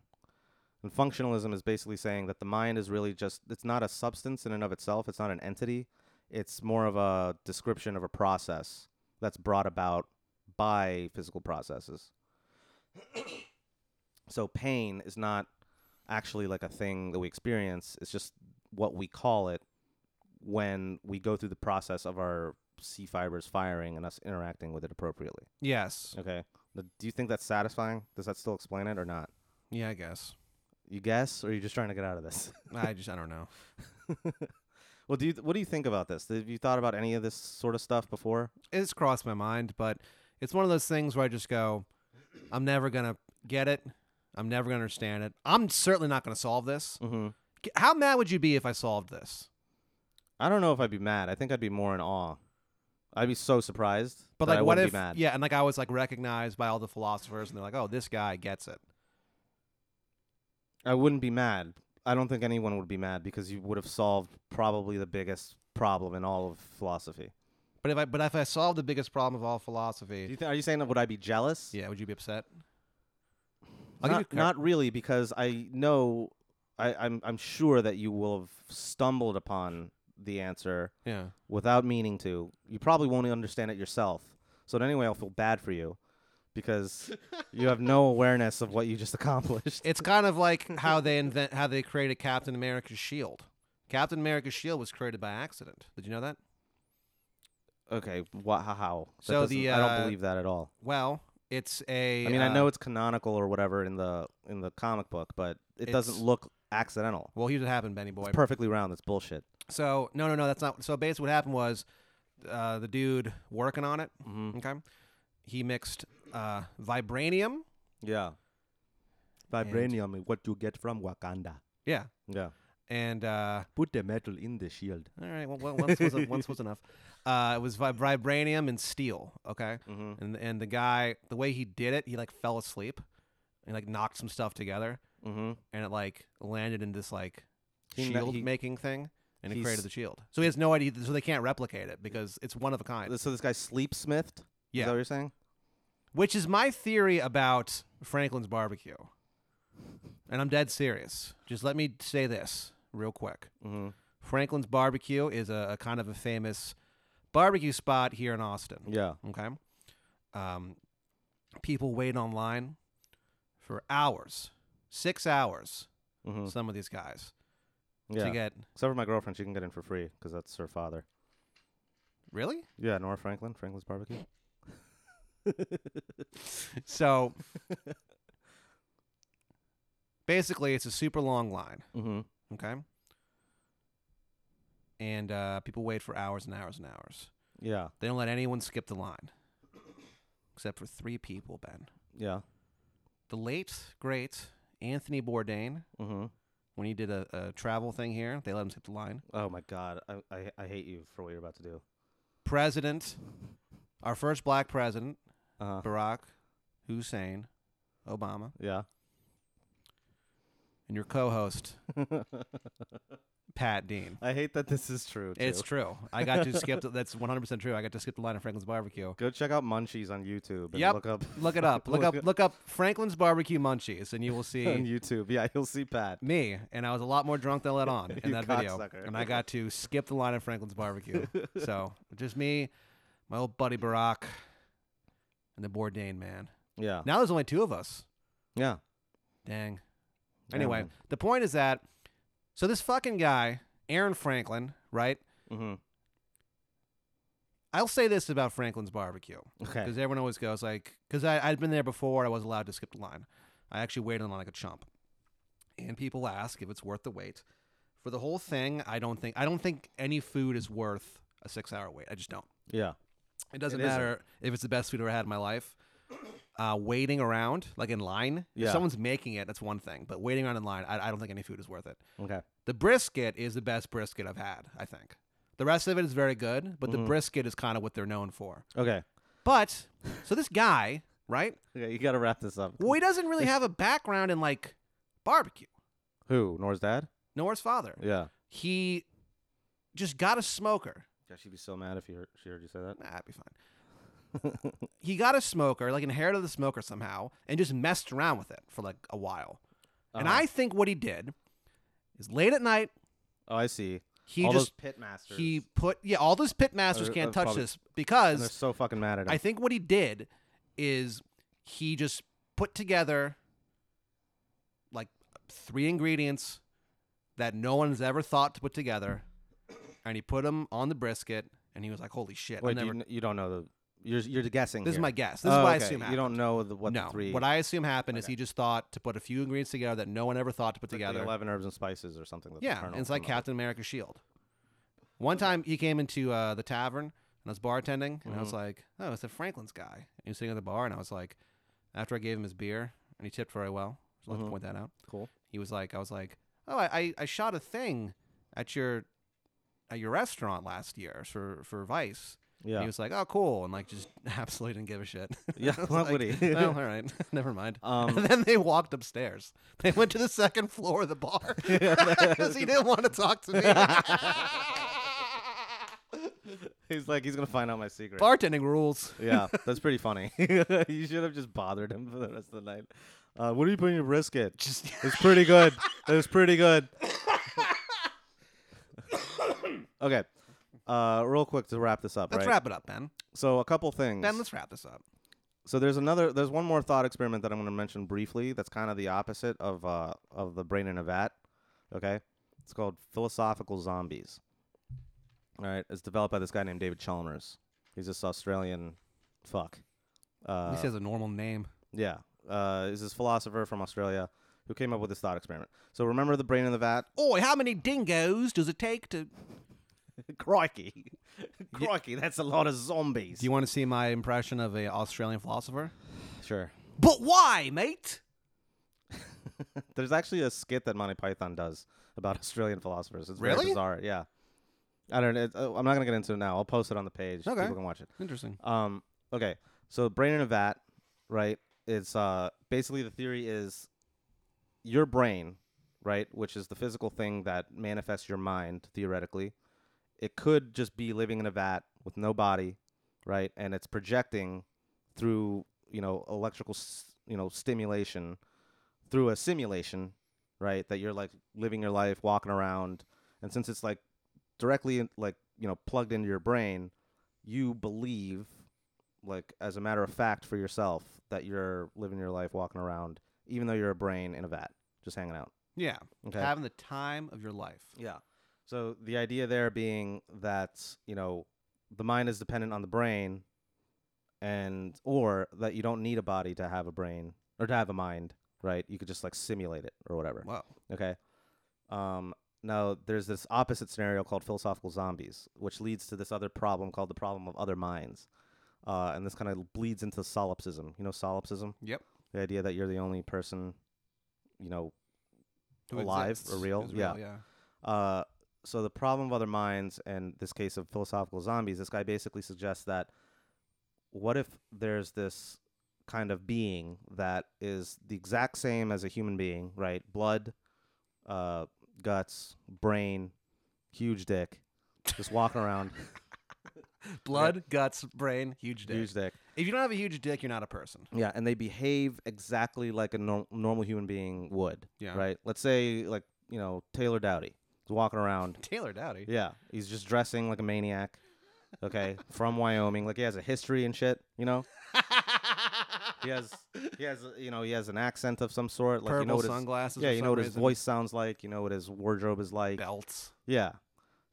[SPEAKER 2] And functionalism is basically saying that the mind is really just, it's not a substance in and of itself, it's not an entity. It's more of a description of a process that's brought about by physical processes. so pain is not actually like a thing that we experience, it's just what we call it when we go through the process of our C fibers firing and us interacting with it appropriately.
[SPEAKER 3] Yes.
[SPEAKER 2] Okay. Th- Do you think that's satisfying? Does that still explain it or not?
[SPEAKER 3] Yeah, I guess.
[SPEAKER 2] You guess, or are you just trying to get out of this?
[SPEAKER 3] I just, I don't know.
[SPEAKER 2] well, do you what do you think about this? Have you thought about any of this sort of stuff before?
[SPEAKER 3] It's crossed my mind, but it's one of those things where I just go, I'm never going to get it. I'm never going to understand it. I'm certainly not going to solve this.
[SPEAKER 2] Mm-hmm.
[SPEAKER 3] K- How mad would you be if I solved this?
[SPEAKER 2] I don't know if I'd be mad. I think I'd be more in awe. I'd be so surprised.
[SPEAKER 3] But
[SPEAKER 2] that
[SPEAKER 3] like,
[SPEAKER 2] I
[SPEAKER 3] what
[SPEAKER 2] wouldn't
[SPEAKER 3] if?
[SPEAKER 2] Be mad.
[SPEAKER 3] Yeah, and like I was like recognized by all the philosophers, and they're like, "Oh, this guy gets it."
[SPEAKER 2] I wouldn't be mad. I don't think anyone would be mad because you would have solved probably the biggest problem in all of philosophy.
[SPEAKER 3] But if I but if I solved the biggest problem of all
[SPEAKER 2] Do
[SPEAKER 3] philosophy,
[SPEAKER 2] you th- are you saying that would I be jealous?
[SPEAKER 3] yeah, would you be upset? I'll give you
[SPEAKER 2] Not,
[SPEAKER 3] cre-
[SPEAKER 2] not really, because I know, I, I'm I'm sure that you will have stumbled upon the answer
[SPEAKER 3] yeah,
[SPEAKER 2] without meaning to. You probably won't understand it yourself. So in any way, I'll feel bad for you because you have no awareness of what you just accomplished.
[SPEAKER 3] it's kind of like how they invent how they created Captain America's shield. Captain America's shield was created by accident. Did you know that?
[SPEAKER 2] Okay, wha- ho- how? That
[SPEAKER 3] So
[SPEAKER 2] doesn't-
[SPEAKER 3] the,
[SPEAKER 2] I
[SPEAKER 3] uh,
[SPEAKER 2] don't believe that at all.
[SPEAKER 3] Well, it's a.
[SPEAKER 2] I mean,
[SPEAKER 3] uh,
[SPEAKER 2] I know it's canonical or whatever in the in the comic book, but it doesn't
[SPEAKER 3] It's-
[SPEAKER 2] look accidental.
[SPEAKER 3] Well, here's what happened, Benny boy.
[SPEAKER 2] It's perfectly round. That's bullshit.
[SPEAKER 3] So no, no, no, that's not. So basically, what happened was, uh, the dude working on it.
[SPEAKER 2] Mhm.
[SPEAKER 3] Okay, he mixed uh, vibranium.
[SPEAKER 2] Yeah. Vibranium, what you get from Wakanda.
[SPEAKER 3] Yeah,
[SPEAKER 2] Yeah.
[SPEAKER 3] and uh,
[SPEAKER 2] Put the metal in the shield.
[SPEAKER 3] All right. Well, well, once was once was enough. Uh, it was vi- vibranium and steel. Okay.
[SPEAKER 2] Mm-hmm.
[SPEAKER 3] And and the guy, the way he did it, he like fell asleep, and like knocked some stuff together,
[SPEAKER 2] Mm-hmm.
[SPEAKER 3] and it like landed in this like
[SPEAKER 2] He kn-
[SPEAKER 3] shield
[SPEAKER 2] he-
[SPEAKER 3] making thing, and it
[SPEAKER 2] he's-
[SPEAKER 3] created the shield. So he has no idea. So they can't replicate it because it's one of a kind.
[SPEAKER 2] So this guy sleep smithed. Is that
[SPEAKER 3] Yeah.
[SPEAKER 2] what you're saying?
[SPEAKER 3] Which is my theory about Franklin's barbecue. And I'm dead serious. Just let me say this real quick.
[SPEAKER 2] Mm-hmm.
[SPEAKER 3] Franklin's barbecue is a, a kind of a famous barbecue spot here in Austin.
[SPEAKER 2] Yeah.
[SPEAKER 3] Okay. Um, people wait online for hours, six hours,
[SPEAKER 2] Mm-hmm.
[SPEAKER 3] some of these guys,
[SPEAKER 2] Yeah.
[SPEAKER 3] to get.
[SPEAKER 2] Except for my girlfriend, she can get in for free because that's her father.
[SPEAKER 3] Really?
[SPEAKER 2] Yeah, Nora Franklin, Franklin's Barbecue.
[SPEAKER 3] So basically, it's a super long line.
[SPEAKER 2] Mm-hmm.
[SPEAKER 3] Okay. And uh, people wait for hours and hours and hours.
[SPEAKER 2] Yeah,
[SPEAKER 3] They don't let anyone skip the line except for three people, Ben.
[SPEAKER 2] yeah.
[SPEAKER 3] the late great Anthony Bourdain
[SPEAKER 2] Mm-hmm.
[SPEAKER 3] when he did a, a travel thing here. They let him skip the line.
[SPEAKER 2] Oh my God, I, I I hate you for what you're about to do.
[SPEAKER 3] President, our first black president,
[SPEAKER 2] Uh huh.
[SPEAKER 3] Barack Hussein Obama,
[SPEAKER 2] Yeah.
[SPEAKER 3] and your co-host Pat Dean.
[SPEAKER 2] I hate that this is true. Too.
[SPEAKER 3] It's true. I got to skip. The, that's 100% true. I got to skip the line at Franklin's Barbecue.
[SPEAKER 2] Go check out Munchies on YouTube and
[SPEAKER 3] Yep.
[SPEAKER 2] look up
[SPEAKER 3] Look it up. Look up. Look up Franklin's Barbecue Munchies, and you will
[SPEAKER 2] on
[SPEAKER 3] see
[SPEAKER 2] YouTube. Yeah, you'll see Pat.
[SPEAKER 3] me. And I was a lot more drunk than I let on in
[SPEAKER 2] You
[SPEAKER 3] that video.
[SPEAKER 2] cocksucker.
[SPEAKER 3] And I got to skip the line at Franklin's Barbecue. so just me, my old buddy Barack, and the Bourdain man.
[SPEAKER 2] Yeah.
[SPEAKER 3] Now there's only two of us.
[SPEAKER 2] Yeah.
[SPEAKER 3] Dang.
[SPEAKER 2] Yeah,
[SPEAKER 3] Anyway,
[SPEAKER 2] man.
[SPEAKER 3] the point is that so this fucking guy, Aaron Franklin, right?
[SPEAKER 2] Mm-hmm.
[SPEAKER 3] I'll say this about Franklin's Barbecue.
[SPEAKER 2] Okay.
[SPEAKER 3] because everyone always goes like because I'd been there before I was allowed to skip the line. I actually waited in line like a chump, and people ask if it's worth the wait for the whole thing. I don't think I don't think any food is worth a six hour wait. I just don't.
[SPEAKER 2] Yeah.
[SPEAKER 3] It doesn't
[SPEAKER 2] It isn't.
[SPEAKER 3] matter if it's the best food I ever had in my life. Uh, waiting around like in line,
[SPEAKER 2] Yeah.
[SPEAKER 3] if someone's making it, that's one thing. But waiting around in line, I, I don't think any food is worth it.
[SPEAKER 2] Okay.
[SPEAKER 3] The brisket is the best brisket I've had. I think the rest of it is very good, but
[SPEAKER 2] Mhm.
[SPEAKER 3] the brisket is kind of what they're known for.
[SPEAKER 2] Okay.
[SPEAKER 3] But so this guy, right?
[SPEAKER 2] Okay. You got to wrap this up.
[SPEAKER 3] Well, he doesn't really have a background in like barbecue,
[SPEAKER 2] Who? Nora's dad?
[SPEAKER 3] nor his father.
[SPEAKER 2] Yeah.
[SPEAKER 3] He just got a smoker.
[SPEAKER 2] Yeah, she'd be so mad if you heard, she heard you say that.
[SPEAKER 3] Nah, that'd be fine. he got a smoker, like inherited the smoker somehow, and just messed around with it for like a while. And
[SPEAKER 2] Uh-huh.
[SPEAKER 3] I think what he did is late at night,
[SPEAKER 2] Oh, I see.
[SPEAKER 3] he
[SPEAKER 2] all those
[SPEAKER 3] just
[SPEAKER 2] pit masters.
[SPEAKER 3] he put yeah, all those pit masters
[SPEAKER 2] Or-
[SPEAKER 3] can't
[SPEAKER 2] or
[SPEAKER 3] touch
[SPEAKER 2] probably-
[SPEAKER 3] this
[SPEAKER 2] and they're
[SPEAKER 3] because
[SPEAKER 2] so fucking mad at him.
[SPEAKER 3] I think what he did is he just put together like three ingredients that no one's ever thought to put together, and he put them on the brisket, and he was like, "Holy shit!" I
[SPEAKER 2] Wait,
[SPEAKER 3] never.
[SPEAKER 2] you, kn- you don't know the. You're you're guessing.
[SPEAKER 3] this is
[SPEAKER 2] here.
[SPEAKER 3] my guess. This
[SPEAKER 2] Oh,
[SPEAKER 3] is what
[SPEAKER 2] okay.
[SPEAKER 3] I assume happened.
[SPEAKER 2] You don't know the, what
[SPEAKER 3] no,
[SPEAKER 2] the three.
[SPEAKER 3] what I assume happened is
[SPEAKER 2] Okay.
[SPEAKER 3] he just thought to put a few ingredients together that no one ever thought to put
[SPEAKER 2] like the
[SPEAKER 3] together.
[SPEAKER 2] Eleven herbs and spices or something. that the
[SPEAKER 3] Yeah,
[SPEAKER 2] colonel
[SPEAKER 3] and it's like
[SPEAKER 2] came up
[SPEAKER 3] Captain America's shield. One time he came into uh, the tavern and I was bartending, and I
[SPEAKER 2] Mm-hmm.
[SPEAKER 3] was like, "Oh, it's the Franklin's guy." And he was sitting at the bar, and I was like, after I gave him his beer, and he tipped very well. Just like
[SPEAKER 2] Mhm.
[SPEAKER 3] to point that out.
[SPEAKER 2] with. Cool.
[SPEAKER 3] He was like, "I was like, oh, I, I, I shot a thing at your at your restaurant last year for for Vice." And
[SPEAKER 2] Yeah.
[SPEAKER 3] he was like, "Oh, cool," and like just absolutely didn't give a shit.
[SPEAKER 2] Yeah,
[SPEAKER 3] I was
[SPEAKER 2] why
[SPEAKER 3] like,
[SPEAKER 2] would he?
[SPEAKER 3] well, all right, never mind.
[SPEAKER 2] Um,
[SPEAKER 3] and then they walked upstairs. They went to the second floor of the bar because he didn't want to talk to me.
[SPEAKER 2] he's like he's gonna find out my secret.
[SPEAKER 3] Bartending rules.
[SPEAKER 2] yeah, that's pretty funny. you should have just bothered him for the rest of the night. Uh, what are you putting in your brisket?
[SPEAKER 3] Just
[SPEAKER 2] It's pretty good. It's pretty good. okay. Uh, real quick to wrap this up,
[SPEAKER 3] let's
[SPEAKER 2] right?
[SPEAKER 3] wrap it up, Ben.
[SPEAKER 2] So a couple things.
[SPEAKER 3] Ben, let's wrap this up.
[SPEAKER 2] so there's another there's one more thought experiment that I'm going to mention briefly that's kind of the opposite of uh of the brain in a vat, okay? It's called philosophical zombies. All right, it's developed by this guy named David Chalmers. He's this Australian fuck. Uh,
[SPEAKER 3] This has a normal name.
[SPEAKER 2] yeah. Uh, is this philosopher from Australia who came up with this thought experiment. So remember the brain in the vat?
[SPEAKER 3] Oi, how many dingoes does it take to?
[SPEAKER 2] Crikey. Crikey, that's a lot of zombies.
[SPEAKER 3] Do you want to see my impression of a Australian philosopher?
[SPEAKER 2] sure.
[SPEAKER 3] But why, mate?
[SPEAKER 2] There's actually a skit that Monty Python does about Australian philosophers. It's very
[SPEAKER 3] Really?
[SPEAKER 2] bizarre. Yeah. I don't know. It's- oh, I'm not going to get into it now. I'll post it on the page.
[SPEAKER 3] Okay.
[SPEAKER 2] People can watch it.
[SPEAKER 3] Interesting.
[SPEAKER 2] Um, okay. So brain in a vat, right? It's uh, basically the theory is your brain, right, which is the physical thing that manifests your mind theoretically. It could just be living in a vat with no body, right? And it's projecting through, you know, electrical, s- you know, stimulation through a simulation, right? That you're like living your life, walking around, and since it's like directly in, like, you know, plugged into your brain, you believe like as a matter of fact for yourself that you're living your life walking around even though you're a brain in a vat just hanging out
[SPEAKER 3] Yeah,
[SPEAKER 2] okay
[SPEAKER 3] having the time of your life.
[SPEAKER 2] yeah so the idea there being that you know the mind is dependent on the brain and or that you don't need a body to have a brain or to have a mind right you could just like simulate it or whatever
[SPEAKER 3] Wow.
[SPEAKER 2] Okay. Um, now there's this opposite scenario called philosophical zombies, which leads to this other problem called the problem of other minds, uh, and this kind of bleeds into solipsism. You know solipsism?
[SPEAKER 3] Yep.
[SPEAKER 2] The idea that you're the only person, you know,
[SPEAKER 3] Who
[SPEAKER 2] Alive or
[SPEAKER 3] exists is
[SPEAKER 2] real? Yeah.
[SPEAKER 3] yeah.
[SPEAKER 2] Uh, so the problem of other minds and this case of philosophical zombies this guy basically suggests that what if there's this kind of being that is the exact same as a human being right blood uh, guts brain huge dick just walking around
[SPEAKER 3] Blood, guts, brain, huge dick.
[SPEAKER 2] huge dick
[SPEAKER 3] If you don't have a huge dick, you're not a person.
[SPEAKER 2] yeah and they behave exactly like a nor normal human being would
[SPEAKER 3] Yeah.
[SPEAKER 2] right let's say like you know taylor dowdy is walking around
[SPEAKER 3] Taylor Dowdy.
[SPEAKER 2] Yeah, he's just dressing like a maniac. Okay, from Wyoming, like he has a history and shit. You know, he has he has you know he has an accent of some sort. Like
[SPEAKER 3] Purple
[SPEAKER 2] you know what his,
[SPEAKER 3] sunglasses.
[SPEAKER 2] yeah,
[SPEAKER 3] for
[SPEAKER 2] you
[SPEAKER 3] some
[SPEAKER 2] know what his
[SPEAKER 3] reason.
[SPEAKER 2] voice sounds like. You know what his wardrobe is like.
[SPEAKER 3] Belts.
[SPEAKER 2] Yeah,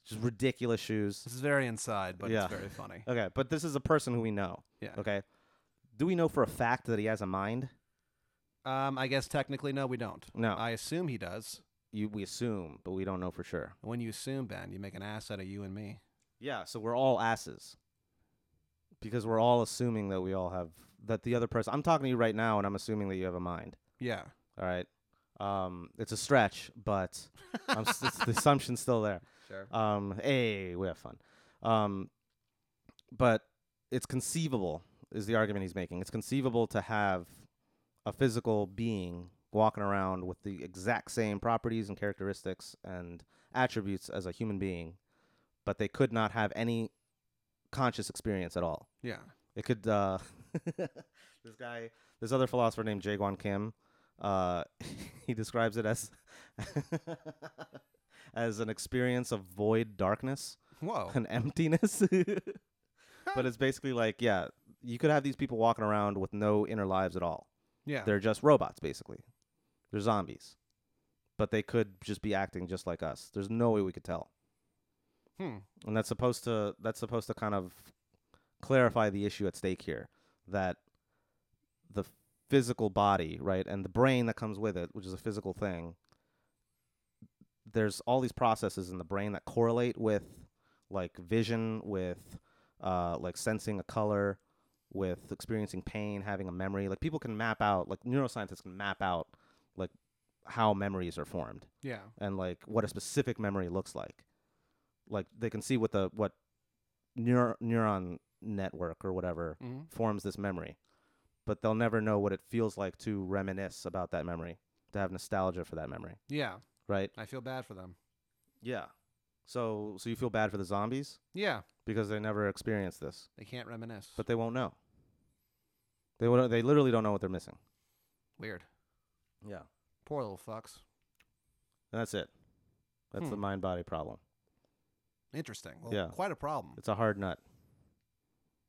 [SPEAKER 2] just ridiculous shoes.
[SPEAKER 3] This is very inside, but
[SPEAKER 2] Yeah.
[SPEAKER 3] it's very funny.
[SPEAKER 2] Okay, but this is a person who we know.
[SPEAKER 3] Yeah.
[SPEAKER 2] Okay, do we know for a fact that he has a mind?
[SPEAKER 3] Um, I guess technically, no, we don't.
[SPEAKER 2] No,
[SPEAKER 3] I assume he does.
[SPEAKER 2] you we assume, but we don't know for sure.
[SPEAKER 3] When you assume, Ben, you make an ass out of you and me.
[SPEAKER 2] Yeah, so we're all asses. Because we're all assuming that we all have that the other person I'm talking to you right now and I'm assuming that you have a mind.
[SPEAKER 3] Yeah.
[SPEAKER 2] All right. Um it's a stretch, but I'm s- it's- the assumption's still there.
[SPEAKER 3] Sure.
[SPEAKER 2] Um hey, we have fun. Um but it's conceivable is the argument he's making. It's conceivable to have a physical being walking around with the exact same properties and characteristics and attributes as a human being, but they could not have any conscious experience at all.
[SPEAKER 3] Yeah.
[SPEAKER 2] It could. Uh, this guy, this other philosopher named Jaegwon Kim, uh, he describes it as as an experience of void darkness
[SPEAKER 3] Whoa.
[SPEAKER 2] and emptiness. but it's basically like, yeah, you could have these people walking around with no inner lives at all.
[SPEAKER 3] Yeah.
[SPEAKER 2] They're just robots, basically. They're zombies, but they could just be acting just like us. There's no way we could tell
[SPEAKER 3] Hmm.
[SPEAKER 2] and that's supposed to that's supposed to kind of clarify the issue at stake here that the physical body right and the brain that comes with it which is a physical thing there's all these processes in the brain that correlate with like vision with uh, like sensing a color with experiencing pain having a memory like people can map out like neuroscientists can map out like how memories are formed
[SPEAKER 3] Yeah.
[SPEAKER 2] and like what a specific memory looks like. Like they can see what the what neur- neuron network or whatever
[SPEAKER 3] hmm
[SPEAKER 2] forms this memory, but they'll never know what it feels like to reminisce about that memory, to have nostalgia for that memory,
[SPEAKER 3] Yeah.
[SPEAKER 2] right?
[SPEAKER 3] I feel bad for them.
[SPEAKER 2] Yeah. So so you feel bad for the zombies
[SPEAKER 3] Yeah.
[SPEAKER 2] because they never experienced this,
[SPEAKER 3] They can't reminisce.
[SPEAKER 2] but they won't know. They won't- they literally don't know what they're missing.
[SPEAKER 3] Weird.
[SPEAKER 2] Yeah.
[SPEAKER 3] Poor little fucks.
[SPEAKER 2] And that's it. That's the
[SPEAKER 3] Hmm.
[SPEAKER 2] mind body problem.
[SPEAKER 3] Interesting. Well,
[SPEAKER 2] Yeah.
[SPEAKER 3] Quite a problem.
[SPEAKER 2] It's a hard nut.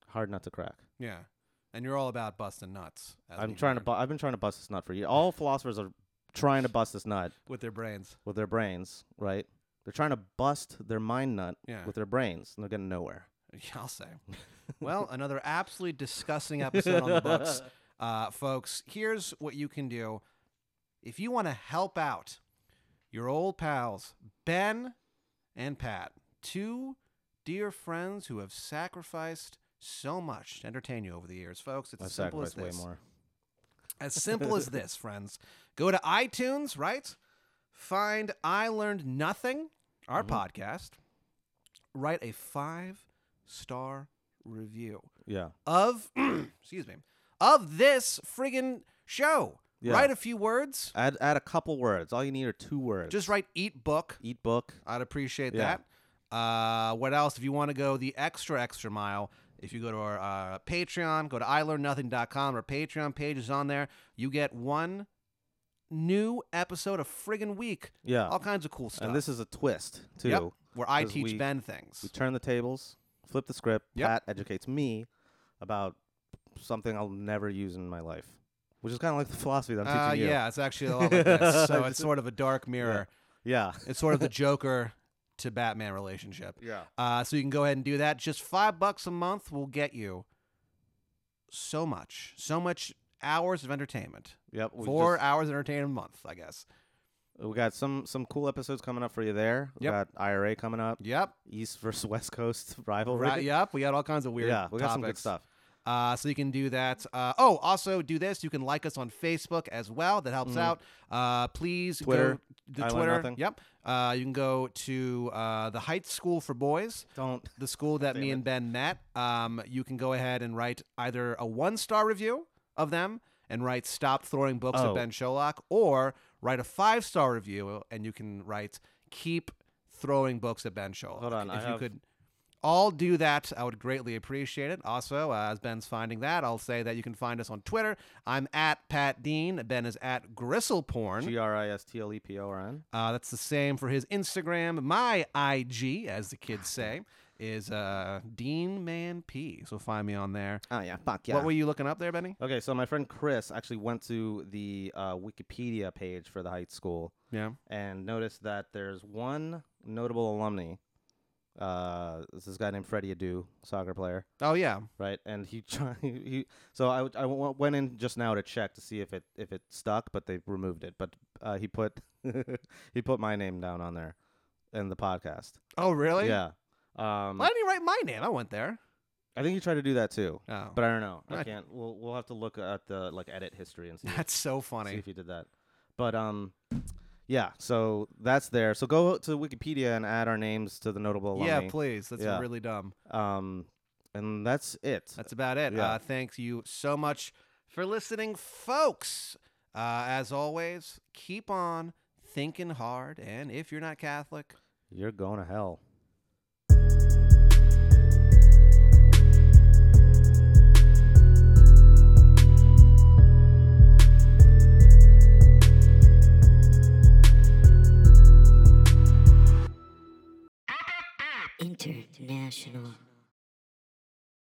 [SPEAKER 2] Hard nut to crack.
[SPEAKER 3] Yeah. And you're all about busting nuts. as
[SPEAKER 2] I'm
[SPEAKER 3] we've
[SPEAKER 2] trying to.
[SPEAKER 3] learned,
[SPEAKER 2] Bu- I've been trying to bust this nut for years. All philosophers are trying to bust this nut
[SPEAKER 3] with their brains.
[SPEAKER 2] with their brains, right? They're trying to bust their mind nut
[SPEAKER 3] Yeah.
[SPEAKER 2] with their brains, and they're getting nowhere.
[SPEAKER 3] Yeah, I'll say. well, another absolutely disgusting episode on the books. Uh, folks, here's what you can do. If you want to help out your old pals, Ben and Pat, two dear friends who have sacrificed so much to entertain you over the years, folks, it's
[SPEAKER 2] I've
[SPEAKER 3] as simple as
[SPEAKER 2] sacrificed way
[SPEAKER 3] this.
[SPEAKER 2] more.
[SPEAKER 3] As simple as this, friends. Go to iTunes, right? Find I Learned Nothing, our
[SPEAKER 2] Mhm.
[SPEAKER 3] podcast. Write a five star review
[SPEAKER 2] Yeah,
[SPEAKER 3] of, excuse me, of this friggin' show.
[SPEAKER 2] Yeah.
[SPEAKER 3] Write a few words.
[SPEAKER 2] add add a couple words. All you need are two words.
[SPEAKER 3] Just write eat book.
[SPEAKER 2] eat book.
[SPEAKER 3] I'd appreciate
[SPEAKER 2] Yeah.
[SPEAKER 3] that. Uh, what else? If you want to go the extra, extra mile, if you go to our uh, Patreon, go to ilearnnothing.com. Our Patreon page is on there. You get one new episode a friggin' week.
[SPEAKER 2] Yeah,
[SPEAKER 3] All kinds of cool stuff.
[SPEAKER 2] and this is a twist too.
[SPEAKER 3] Yep, where I
[SPEAKER 2] 'cause
[SPEAKER 3] teach
[SPEAKER 2] we-
[SPEAKER 3] Ben things.
[SPEAKER 2] We turn the tables, flip the script.
[SPEAKER 3] Yep.
[SPEAKER 2] Pat educates me about something I'll never use in my life, which is kind of like the philosophy that I'm
[SPEAKER 3] Uh,
[SPEAKER 2] teaching you.
[SPEAKER 3] yeah, it's actually a lot like this. So it's sort of a dark mirror.
[SPEAKER 2] yeah,
[SPEAKER 3] It's sort of the Joker to Batman relationship.
[SPEAKER 2] yeah.
[SPEAKER 3] Uh, so you can go ahead and do that. Just five bucks a month will get you so much, so much hours of entertainment.
[SPEAKER 2] Yep. we
[SPEAKER 3] Four
[SPEAKER 2] just-
[SPEAKER 3] hours of entertainment a month, I guess.
[SPEAKER 2] We got some some cool episodes coming up for you there. We
[SPEAKER 3] Yep.
[SPEAKER 2] got IRA coming up,
[SPEAKER 3] Yep.
[SPEAKER 2] East versus West Coast rivalry.
[SPEAKER 3] Right. Yep. We got all kinds of weird.
[SPEAKER 2] yeah, we got some good
[SPEAKER 3] topics.
[SPEAKER 2] stuff.
[SPEAKER 3] Uh, so you can do that. Uh, oh, also do this. You can like us on Facebook as well. That helps
[SPEAKER 2] Mhm.
[SPEAKER 3] out. Uh, please
[SPEAKER 2] Twitter.
[SPEAKER 3] Go, the
[SPEAKER 2] I Learned
[SPEAKER 3] Twitter.
[SPEAKER 2] Nothing.
[SPEAKER 3] Yep. Uh, you can go to uh, the Heights School for Boys
[SPEAKER 2] Don't.
[SPEAKER 3] the school that
[SPEAKER 2] Damn
[SPEAKER 3] me
[SPEAKER 2] it.
[SPEAKER 3] and Ben met, um, you can go ahead and write either a one star review of them and write Stop Throwing Books
[SPEAKER 2] Oh.
[SPEAKER 3] at Ben Sholok, or write a five star review and you can write Keep Throwing Books at Ben Sholok.
[SPEAKER 2] Hold on,
[SPEAKER 3] If
[SPEAKER 2] I
[SPEAKER 3] you
[SPEAKER 2] have-
[SPEAKER 3] could all do that, I would greatly appreciate it. Also, uh, as Ben's finding that, I'll say that you can find us on Twitter. I'm at Pat Dean. Ben is at Gristleporn.
[SPEAKER 2] G R I S T L E P O R N.
[SPEAKER 3] Uh, that's the same for his Instagram. My IG, as the kids say, is uh, Dean Man P. So find me on there.
[SPEAKER 2] Oh yeah, fuck yeah.
[SPEAKER 3] What were you looking up there, Benny?
[SPEAKER 2] okay, so my friend Chris actually went to the uh, Wikipedia page for the Heights School
[SPEAKER 3] Yeah.
[SPEAKER 2] and noticed that there's one notable alumni. Uh, this is a guy named Freddie Adu, soccer player,
[SPEAKER 3] Oh yeah.
[SPEAKER 2] right? And he tried. He, so I, w- I w- went in just now to check to see if it if it stuck, but they've removed it. But uh, he put he put my name down on there in the podcast.
[SPEAKER 3] Oh really?
[SPEAKER 2] Yeah. Um,
[SPEAKER 3] Why didn't you write my name? I went there.
[SPEAKER 2] I think he tried to do that too.
[SPEAKER 3] Oh,
[SPEAKER 2] But I don't know. I
[SPEAKER 3] Right.
[SPEAKER 2] can't. We'll we'll have to look at the like edit history and see, if-
[SPEAKER 3] that's so
[SPEAKER 2] see
[SPEAKER 3] funny.
[SPEAKER 2] if he did that. But um, yeah. So that's there. So go to Wikipedia and add our names to the notable
[SPEAKER 3] Yeah,
[SPEAKER 2] alumni.
[SPEAKER 3] please. That's
[SPEAKER 2] Yeah.
[SPEAKER 3] really dumb.
[SPEAKER 2] um, and that's it.
[SPEAKER 3] That's about it.
[SPEAKER 2] Yeah.
[SPEAKER 3] Uh, thanks you so much for listening, folks. Uh, as always, keep on thinking hard, and if you're not Catholic.
[SPEAKER 2] You're going to hell.